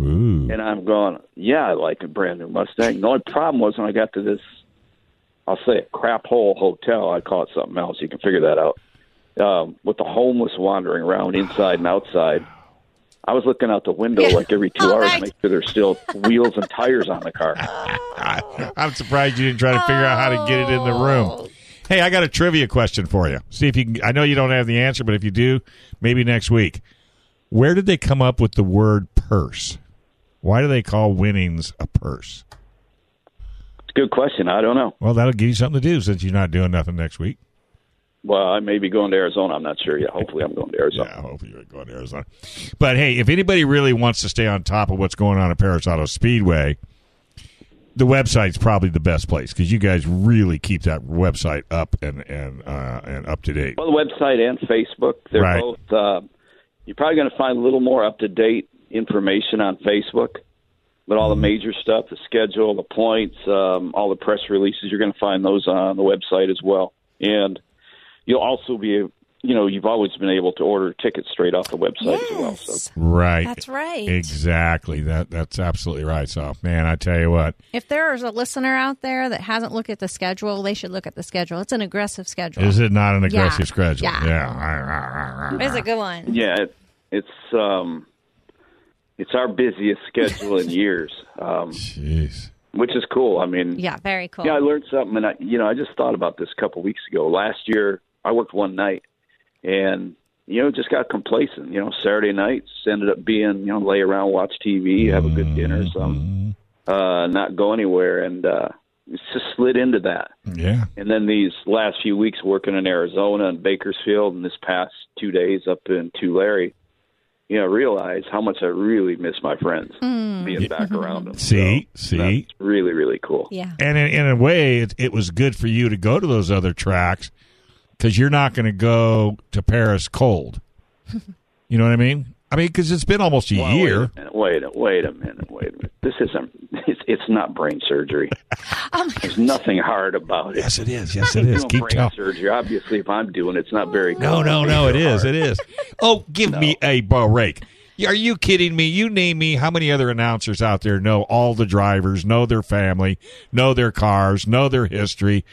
S4: Ooh.
S8: And I'm going, yeah, I like a brand new Mustang. The only problem was when I got to this, I'll say a crap hole hotel. I call it something else. You can figure that out. Um, with the homeless wandering around inside and outside, I was looking out the window
S5: Yeah.
S8: like every two
S5: All
S8: hours
S5: right.
S8: to make sure there's still wheels and tires on the car.
S4: I, I'm surprised you didn't try to figure out how to get it in the room. Hey, I got a trivia question for you. See if you can. I know you don't have the answer, but if you do, maybe next week. Where did they come up with the word purse? Why do they call winnings a purse?
S8: It's a good question. I don't know.
S4: Well, that'll give you something to do since you're not doing nothing next week.
S8: Well, I may be going to Arizona. I'm not sure yet. Hopefully, I'm going to Arizona.
S4: Yeah, I hope you're going to Arizona. But hey, if anybody really wants to stay on top of what's going on at Paris Auto Speedway, the website's probably the best place because you guys really keep that website up and and uh, and up to date.
S8: Well, the website and Facebook, they're
S4: Right.
S8: both. Uh, you're probably going to find a little more up to date information on Facebook, but all
S4: Mm-hmm.
S8: the major stuff, the schedule, the points, um, all the press releases, you're going to find those on the website as well. And you'll also be, you know, you've always been able to order tickets straight off the website as well. So
S5: Yes.
S4: Right.
S5: That's right.
S4: Exactly. That that's absolutely right. So, man, I tell you what.
S5: If there is a listener out there that hasn't looked at the schedule, they should look at the schedule. It's an aggressive schedule.
S4: Is it not an aggressive
S5: Yeah.
S4: schedule?
S5: Yeah.
S4: Yeah.
S5: It's a good one.
S8: Yeah, it, it's um, it's our busiest schedule in years, um,
S4: Jeez.
S8: which is cool. I mean,
S5: Yeah, very cool.
S8: Yeah, I learned something, and I, you know, I just thought about this a couple weeks ago. Last year, I worked one night, and you know, just got complacent. You know, Saturday nights ended up being you know, lay around, watch TV, have a good dinner,
S4: Mm-hmm.
S8: some, uh, not go anywhere, and uh, it's just slid into that.
S4: Yeah.
S8: And then these last few weeks working in Arizona and Bakersfield, and this past two days up in Tulare, you know, realize how much I really miss my friends being back around them.
S4: See, see.
S8: So that's really, really cool.
S5: Yeah.
S4: and in, in a way, it, it was good for you to go to those other tracks because you're not going to go to Paris cold. you know what I mean? I mean, because it's been almost a
S8: Well, wait
S4: year.
S8: minute, Wait, a- wait a minute. Wait a minute. This isn't. It's, it's not brain surgery.
S5: Oh
S8: There's nothing hard about it.
S4: Yes, it is. Yes, it is.
S8: No
S4: Keep
S8: brain
S4: talking.
S8: surgery. Obviously, if I'm doing it, it's not very.
S4: No, no, no. It is. It is. Oh, give me a break. Are you kidding me? You name me how many other announcers out there know all the drivers, know their family, know their cars, know their history.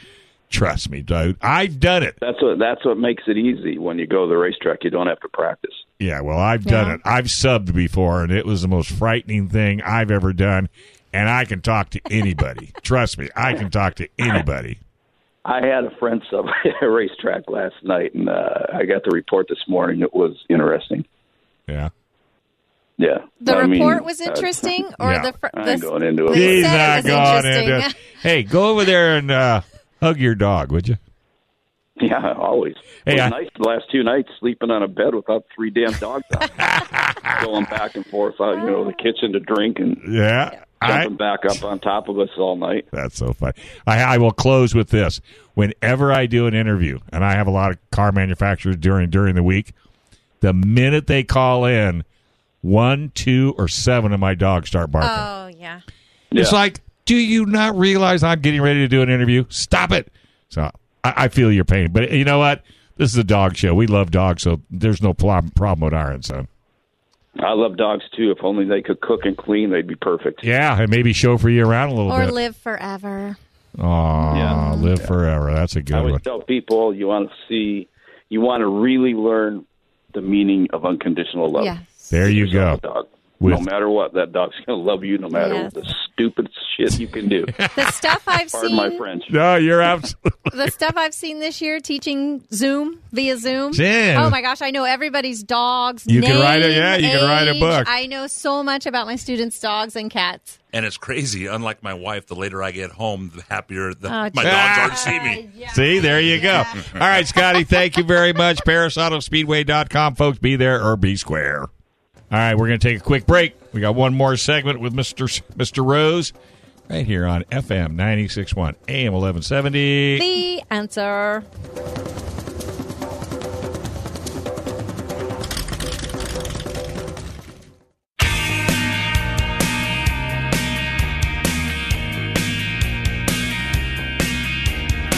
S4: Trust me, dude. I've done it.
S8: That's what. That's what makes it easy when you go to the racetrack. You don't have to practice.
S4: Yeah, well, I've done
S5: Yeah.
S4: it. I've subbed before, and it was the most frightening thing I've ever done. And I can talk to anybody. Trust me, I can talk to anybody.
S8: I had a friend sub at a racetrack last night, and uh, I got the report this morning. It was interesting.
S4: Yeah.
S8: Yeah.
S5: The
S8: I mean,
S5: report was
S8: uh,
S5: interesting, or
S4: Yeah.
S5: the fr-
S8: I ain't
S5: the,
S8: going into it.
S5: the
S4: He's
S5: set
S4: not
S5: was
S4: going into.
S5: interesting.
S4: Hey, go over there and uh, hug your dog, would you?
S8: Yeah, always.
S4: Hey,
S8: it was
S4: I-
S8: nice the last two nights sleeping on a bed without three damn dogs on it. Going back and forth out, you know, the kitchen to drink and
S4: Yeah. I,
S8: jumping back up on top of us all night.
S4: That's so funny. I, I will close with this. Whenever I do an interview, and I have a lot of car manufacturers during during the week, the minute they call in, one, two, or seven of my dogs start barking.
S5: Oh yeah.
S4: It's like, do you not realize I'm getting ready to do an interview? Stop it. So I, I feel your pain, but you know what? This is a dog show. We love dogs, so there's no problem problem with our end son.
S8: I love dogs too. If only they could cook and clean, they'd be perfect.
S4: Yeah, and maybe chauffeur you around a little
S5: Or
S4: bit.
S5: live forever.
S4: Aw,
S8: Yeah.
S4: live forever. That's a
S8: I
S4: good
S8: always
S4: one.
S8: tell people you want to see, you want to really learn the meaning of unconditional love.
S5: Yes.
S4: There you go.
S8: Yourself a Dog.
S4: With-
S8: no matter what, that dog's going to love you no matter
S5: Yes.
S8: what the stupid shit you can do.
S5: The stuff I've
S8: Pardon
S5: seen.
S8: my French.
S4: No, you're absolutely.
S5: the stuff I've seen this year teaching Zoom via Zoom.
S4: Jen.
S5: Oh my gosh, I know everybody's dogs.
S4: You can
S5: name,
S4: write a- yeah, you can write a
S5: age.
S4: book.
S5: I know so much about my students' dogs and cats.
S6: And it's crazy. Unlike my wife, the later I get home, the happier the,
S5: Oh,
S6: my
S5: geez.
S6: dogs are to see me.
S4: See, there you go. All right, Scotty, thank you very much. ParisAutoSpeedway.com, folks. Be there or be square. All right, we're going to take a quick break. We got one more segment with Mr. S- Mr. Rose right here on FM 96.1 AM 1170.
S5: The answer.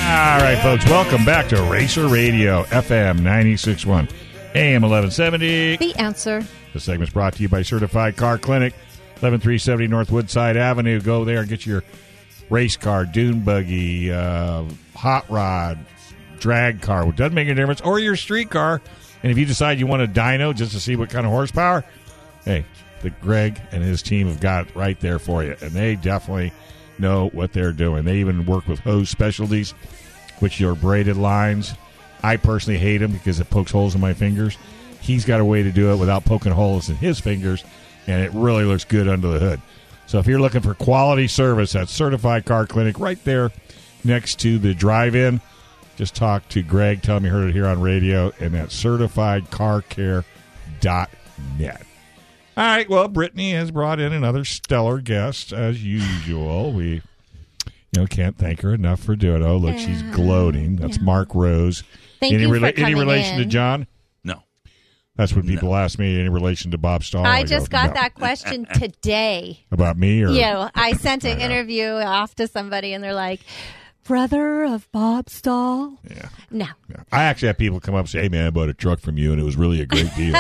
S4: All right, folks, welcome back to Racer Radio, FM 96.1 AM 1170.
S5: The answer.
S4: This segment's brought to you by Certified Car Clinic, 11370 North Woodside Avenue. Go there and get your race car, dune buggy, uh, hot rod, drag car. It doesn't make a difference. Or your street car. And if you decide you want a dyno just to see what kind of horsepower, hey, the Greg and his team have got it right there for you. And they definitely know what they're doing. They even work with hose specialties, which are braided lines. I personally hate them because it pokes holes in my fingers. He's got a way to do it without poking holes in his fingers, and it really looks good under the hood. So if you're looking for quality service at Certified Car Clinic right there next to the drive in, just talk to Greg. Tell him you heard it here on radio and at certifiedcarcare.net. All right. Well, Brittany has brought in another stellar guest as usual. We, you know, can't thank her enough for doing. it. Oh, look, she's gloating. That's Mark Rose.
S5: Thank
S4: any
S5: you
S4: rela-
S5: for
S4: any
S5: coming
S4: relation to
S5: in.
S4: John?
S6: No.
S4: That's what people ask me. Any relation to Bob Stahl?
S5: I
S4: go,
S5: just got
S4: "No."
S5: that question today.
S4: about me or
S5: You know, I sent an
S4: Yeah.
S5: interview off to somebody and they're like, brother of Bob Stahl?
S4: Yeah.
S5: No.
S4: I actually had people come up and say, "Hey, man, I bought a truck from you, and it was really a great deal."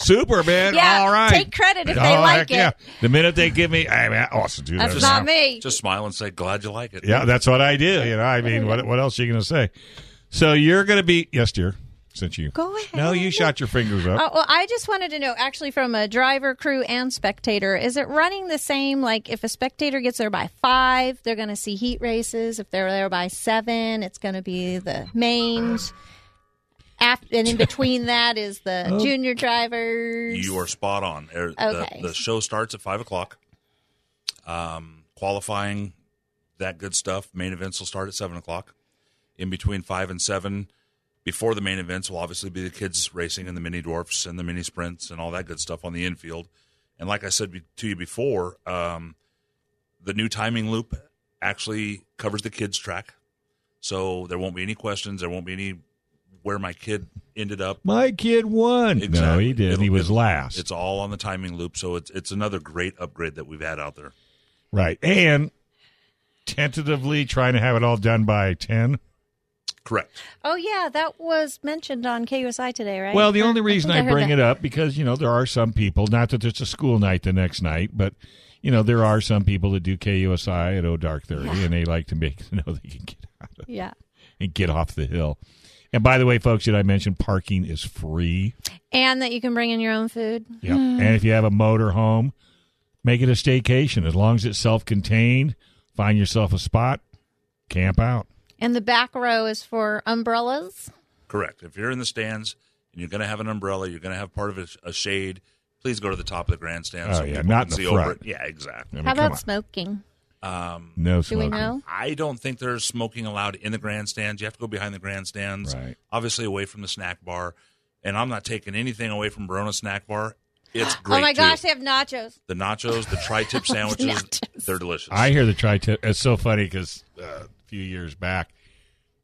S4: Super, man.
S5: Yeah,
S4: All right.
S5: take credit if they
S4: Oh, heck
S5: like it.
S4: Yeah. The minute they give me, I mean, I also do
S5: That's
S4: that.
S5: not me.
S6: Just smile and say, "Glad you like it."
S4: Yeah, that's what I do. You know, I mean, what what else are you going to say? So you're going to be yes, dear. Since you
S5: Go ahead.
S4: No, you shot your fingers up.
S5: Oh, well, I just wanted to know, actually, from a driver, crew, and spectator, is it running the same? Like, if a spectator gets there by five, they're going to see heat races. If they're there by seven, it's going to be the mains. After, and in between that is the
S4: Oh.
S5: junior drivers.
S6: You are spot on. Er,
S5: Okay.
S6: The, the show starts at five o'clock. Um, qualifying, that good stuff. Main events will start at seven o'clock. In between five and seven, before the main events, will obviously be the kids racing and the mini dwarfs and the mini sprints and all that good stuff on the infield. And like I said be- to you before, um, the new timing loop actually covers the kids track, so there won't be any questions. There won't be any where my kid ended up.
S4: My kid won. No, he didn't.
S6: uh, It'll-
S4: he was
S6: it'll-
S4: last.
S6: It's all on the timing loop, so it's it's another great upgrade that we've had out there.
S4: right. And tentatively trying to have it all done by 10.
S6: Correct.
S5: Oh yeah, that was mentioned on KUSI today, right?
S4: Well, the
S5: I-
S4: only
S5: I
S4: reason
S5: think
S4: I,
S5: heard
S4: bring
S5: that.
S4: it up because you know there are some people. Not that there's a school night the next night, but you know there are some people that do KUSI at O Dark Thirty, and they like to make know they can get out of,
S5: yeah,
S4: and get off the hill. And by the way, folks, did I mention parking is free?
S5: and that you can bring in your own food.
S4: Yeah. And if you have a motor home, make it a staycation. As long as it's self-contained, find yourself a spot, camp out.
S5: And the back row is for umbrellas.
S6: Correct. If you're in the stands and you're going to have an umbrella, you're going to have part of it a shade. Please go to the top of the grandstand.
S4: Oh,
S6: so
S4: yeah,
S6: people
S4: not
S6: can
S4: in the
S6: see over
S4: front.
S6: it. Yeah, exactly.
S4: I mean,
S5: How
S4: come
S5: about
S4: on.
S5: smoking?
S6: Um,
S4: no
S5: Do we
S4: smoking?
S5: know?
S6: I don't think there's smoking allowed in the grandstands. You have to go behind the grandstands,
S4: Right.
S6: obviously away from the snack bar. And I'm not taking anything away from Barona Snack Bar. It's great.
S5: oh my
S6: too.
S5: gosh, they have nachos.
S6: The nachos, the tri-tip sandwiches,
S5: Nachos.
S6: they're delicious.
S4: I hear the tri tip. It's so funny because uh, a few years back,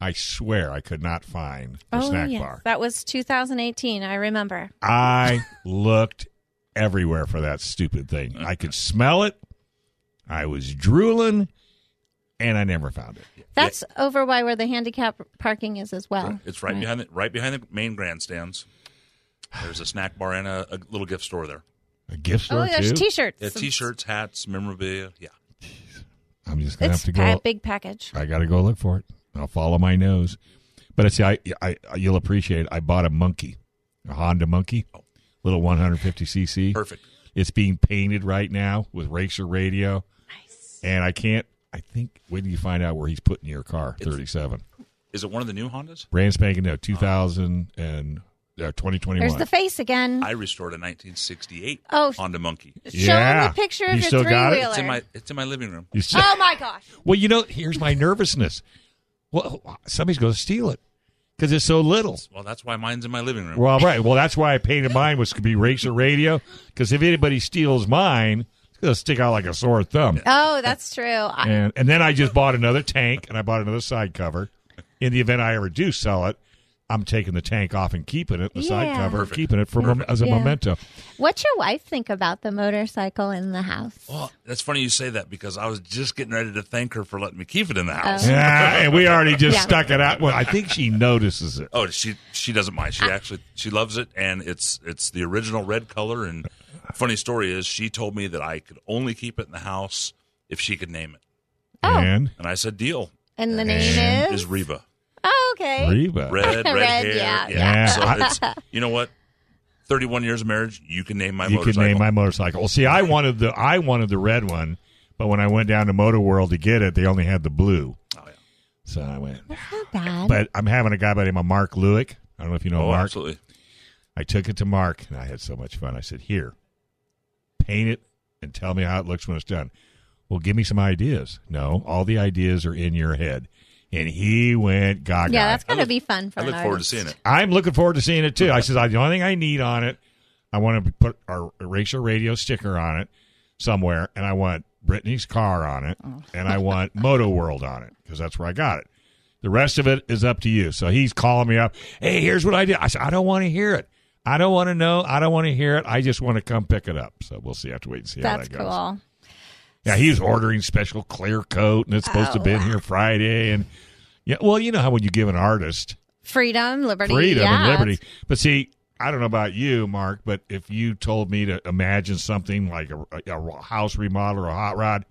S4: I swear I could not find the
S5: oh
S4: snack
S5: yes,
S4: bar.
S5: that was 2018. I remember.
S4: I looked everywhere for that stupid thing. I could smell it. I was drooling, and I never found it.
S5: That's over by where the handicap parking is as well.
S6: it's right, behind the right behind the main grandstands. There's a snack bar and a, a little gift store there.
S4: A gift store
S5: Oh, there's
S4: too.
S5: t-shirts.
S6: Yeah, t-shirts, hats, memorabilia. Yeah,
S4: I'm just gonna
S5: It's
S4: have to
S5: a
S4: go.
S5: big package.
S4: I gotta go look for it. I'll follow my nose. But uh, see, I, I, you'll appreciate it. I bought a monkey, a Honda monkey, little 150cc.
S6: perfect.
S4: It's being painted right now with Racer Radio. Nice. And I can't. I think when do you find out where he's putting your car? Thirty-seven.
S6: Is it one of the new Hondas?
S4: Brand spanking new, two thousand and uh, twenty
S5: There's
S4: twenty-one.
S5: the face again.
S6: I restored a 1968
S5: Hmm? Oh.
S6: Honda Monkey.
S5: Show
S4: Yeah.
S5: him the picture of
S4: You
S5: your
S4: still got it?
S5: three-wheeler.
S6: It's in my it's in my living room.
S4: You say-
S5: oh my gosh.
S4: well, you know, here's my nervousness. Well, somebody's going to steal it because it's so little.
S6: Well, that's why mine's in my living room.
S4: Well, right. Well, that's why I painted mine was to be Racer Radio because if anybody steals mine, it's going to stick out like a sore thumb.
S5: Oh, that's true. I,
S4: And and then I just bought another tank and I bought another side cover. In the event I ever do sell it, I'm taking the tank off and keeping it, the side
S5: Yeah.
S4: cover,
S6: Perfect.
S4: keeping it for mem- as a
S5: Yeah.
S4: memento.
S5: What's your wife think about the motorcycle in the house?
S6: Well, that's funny you say that because I was just getting ready to thank her for letting me keep it in the house.
S4: Yeah, and we already just
S5: Oh. Yeah.
S4: stuck it out. Well, I think she notices it.
S6: Oh, she she doesn't mind. She actually she loves it, and it's it's the original red color. And funny story is, she told me that I could only keep it in the house if she could name it,
S5: Oh.
S4: And
S6: and I said deal.
S5: And the
S4: And
S5: name
S6: Is
S5: is?
S6: Reba
S5: Oh, okay.
S4: Reba.
S6: red red,
S5: Red,
S6: hair?
S5: yeah,
S4: yeah.
S6: So it's you know what, thirty one years of marriage, you can name my
S4: you could
S6: motorcycle.
S4: name my motorcycle. Well, see, I wanted the I wanted the red one, but when I went down to Motor World to get it, they only had the blue.
S6: oh, yeah.
S4: So I went.
S5: Not bad.
S4: But I'm having a guy by the name of Mark Lewick. I don't know if you know
S6: oh
S4: Mark.
S6: absolutely.
S4: I took it to Mark, and I had so much fun. I said, "Here, paint it, and tell me how it looks when it's done." Well, give me some ideas. No, all the ideas are in your head. And he went gaga.
S5: yeah, that's going
S6: I
S5: to
S6: look-
S5: be fun for
S6: I
S5: an
S6: look forward to
S5: artist.
S6: seeing it.
S4: I'm looking forward to seeing it too. I says, I, the only thing I need on it, I want to put our Racer Radio sticker on it somewhere, and I want Brittany's car on it,
S5: Oh.
S4: and I want Moto World on it because that's where I got it. The rest of it is up to you. So he's calling me up. Hey, here's what I did. I said, I don't want to hear it. I don't want to know. I don't want to hear it. I just want to come pick it up. So we'll see. I have to wait and see
S5: That's
S4: how that goes.
S5: cool.
S4: Yeah, he was ordering special clear coat, and it's supposed
S5: Oh,
S4: to be in here Friday. And yeah, well, you know how when you give an artist
S5: Freedom, liberty.
S4: freedom
S5: yeah.
S4: and liberty. But see, I don't know about you, Mark, but if you told me to imagine something like a, a house remodel or a hot rod,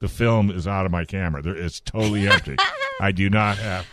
S4: the film is out of my camera. There, it's totally empty. I do not have.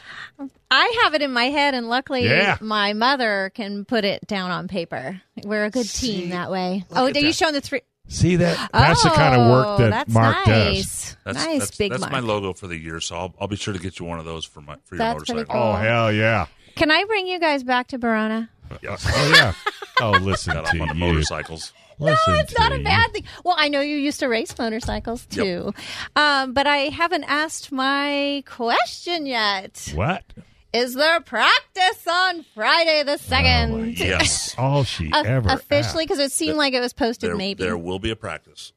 S5: I have it in my head, and luckily
S4: Yeah.
S5: my mother can put it down on paper. We're a good team that way. Oh, are you showing the three?
S4: See that? That's the kind of work
S5: Oh,
S4: that
S5: that's
S4: Mark does.
S5: nice.
S6: That's,
S5: nice
S6: that's,
S5: big
S6: that's
S5: Mark.
S6: my logo for the year, so I'll, I'll be sure to get you one of those for my for your
S5: That's pretty
S6: motorcycle.
S5: cool.
S4: Oh hell yeah!
S5: Can I bring you guys back to Verona?
S4: Oh yeah! Oh listen
S6: Got off
S4: to
S6: on the
S4: you.
S6: motorcycles.
S4: Listen
S5: no, it's not
S4: to
S5: a
S4: you.
S5: bad thing. Well, I know you used to race motorcycles too, um, but I haven't asked my question yet.
S4: What?
S5: Is there practice on Friday
S6: Oh,
S5: the second?
S6: Yes.
S4: All she
S5: O-
S4: ever
S5: officially, because it seemed like it was posted
S6: there,
S5: maybe
S6: there will be a practice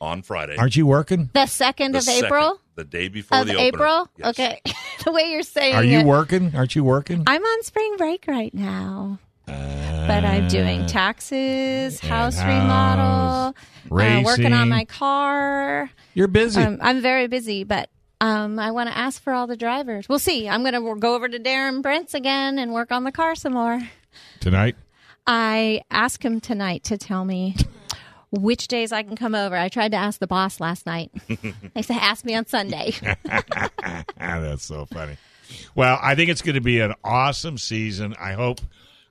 S6: on Friday.
S4: asked. Aren't you working?
S5: the second
S6: The
S5: of April.
S6: second. the day before
S5: of
S6: the opener.
S5: April.
S6: Yes.
S5: Okay, the way you're saying
S4: Are you
S5: it.
S4: working? Aren't you working?
S5: I'm on spring break right now, but I'm
S4: Uh,
S5: doing taxes, house,
S4: house,
S5: remodel, uh, working
S4: racing.
S5: on my car.
S4: You're busy.
S5: Um, I'm very busy, but um, I want to ask for all the drivers. We'll see. I'm going to go over to Darren Brent's again and work on the car some more.
S4: Tonight?
S5: I asked him tonight to tell me which days I can come over. I tried to ask the boss last night. they said, ask me on Sunday.
S4: Ah, that's so funny. Well, I think it's going to be an awesome season. I hope,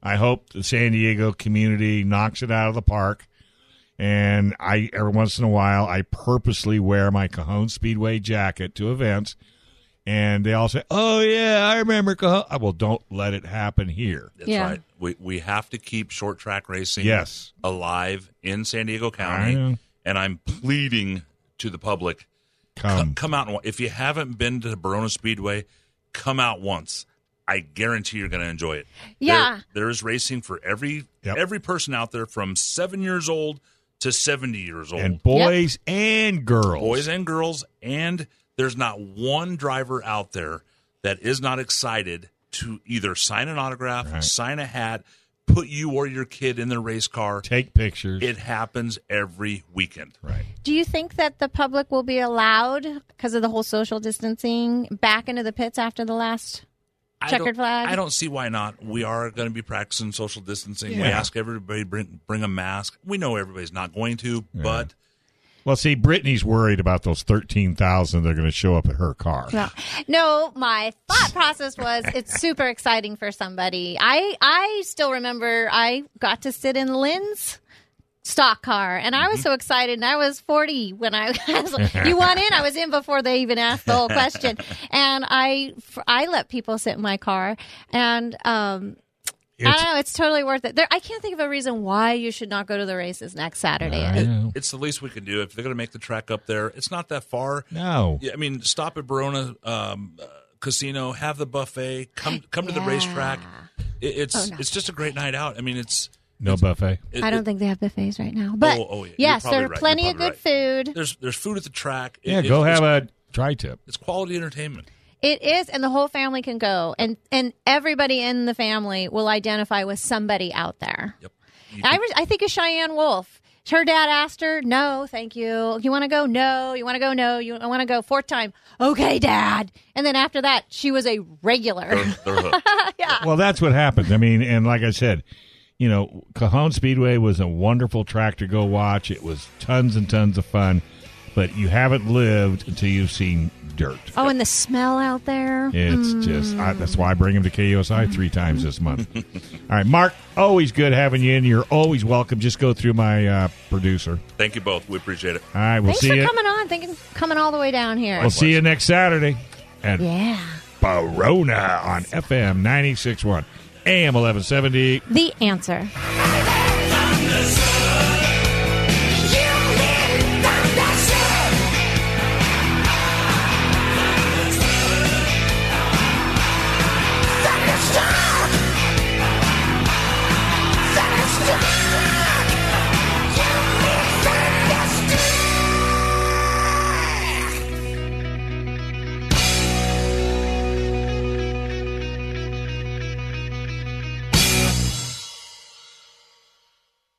S4: I hope the San Diego community knocks it out of the park. And I, every once in a while, I purposely wear my Cajon Speedway jacket to events, and they all say, "Oh yeah, I remember Cajon." I- Well, don't let it happen here.
S6: That's
S5: Yeah.
S6: right. We we have to keep short track racing
S4: Yes.
S6: alive in San Diego
S4: I know.
S6: County. And I'm pleading to the public
S4: Come,
S6: come out and wa- if you haven't been to Barona Speedway, come out once. I guarantee you're going to enjoy it.
S5: Yeah.
S6: There- there is racing for every
S4: Yep.
S6: every person out there from 7 years old to 70 years old.
S4: and boys and girls,
S6: boys and girls and there's not one driver out there that is not excited to either sign an autograph, sign a hat, put you or your kid in the race car.
S4: take pictures.
S6: It happens every weekend.
S4: right.
S5: Do you think that the public will be allowed, because of the whole social distancing, back into the pits after the last?
S6: I
S5: Checkered
S6: don't,
S5: flag.
S6: I don't see why not. We are going to be practicing social distancing. We
S4: Yeah.
S6: ask everybody bring bring a mask. We know everybody's not going to, but
S4: Well, see, Brittany's worried about those thirteen thousand. They're going to show up at her car.
S5: No. No, my thought process was it's super exciting for somebody. I I still remember I got to sit in Lynn's stock car and I was
S6: Mm-hmm.
S5: so excited and I was 40 when I was like, you want in I was in before they even asked the whole question and I I let people sit in my car and um I
S4: It's-
S5: don't know. It's totally worth it. There, I can't think of a reason why you should not go to the races next Saturday.
S6: it- it's the least we can do. If they're going to make the track up there, it's not that far.
S4: no.
S6: Yeah, I mean, stop at Verona um, uh, Casino, have the buffet, come come to the
S5: Yeah.
S6: racetrack. It, it's
S5: Oh, no.
S6: it's just a great night out. I mean, it's
S4: No buffet.
S6: it-
S5: I don't
S6: it-
S5: think they have buffets right now. But
S6: Oh, oh, yeah. You're
S5: yes,
S6: probably
S5: there are
S6: right. You're
S5: plenty of good
S6: probably
S5: food.
S6: there's there's food at the track. It-
S4: Yeah,
S6: it-
S4: go
S6: it's,
S4: have a tri tip.
S6: it's quality entertainment.
S5: It is, and the whole family can go, and and everybody in the family will identify with somebody out there.
S6: Yep. You
S5: I,
S6: can-
S5: was, I think of Cheyenne Wolf. Her dad asked her, "No, thank you. You want to go? No. You want to go? No. You I want to go fourth time? Okay, Dad." And then after that, she was a regular.
S6: they're- they're hooked.
S4: Uh, Well, that's what happened. I mean, and like I said, you know, Cajon Speedway was a wonderful track to go watch. It was tons and tons of fun, but you haven't lived until you've seen dirt.
S5: oh, and the smell out there.
S4: It's just I, that's why I bring him to KUSI three times this month. All right, Mark, always good having you in. You're always welcome. Just go through my uh, producer.
S6: Thank you both. We appreciate it.
S4: All right, we'll
S5: Thanks
S4: see
S5: for
S4: you.
S5: coming on. Thank you for coming all the way down here.
S4: We'll see you next Saturday at
S5: yeah,
S4: Barona on FM 96.1, AM 1170.
S5: the answer.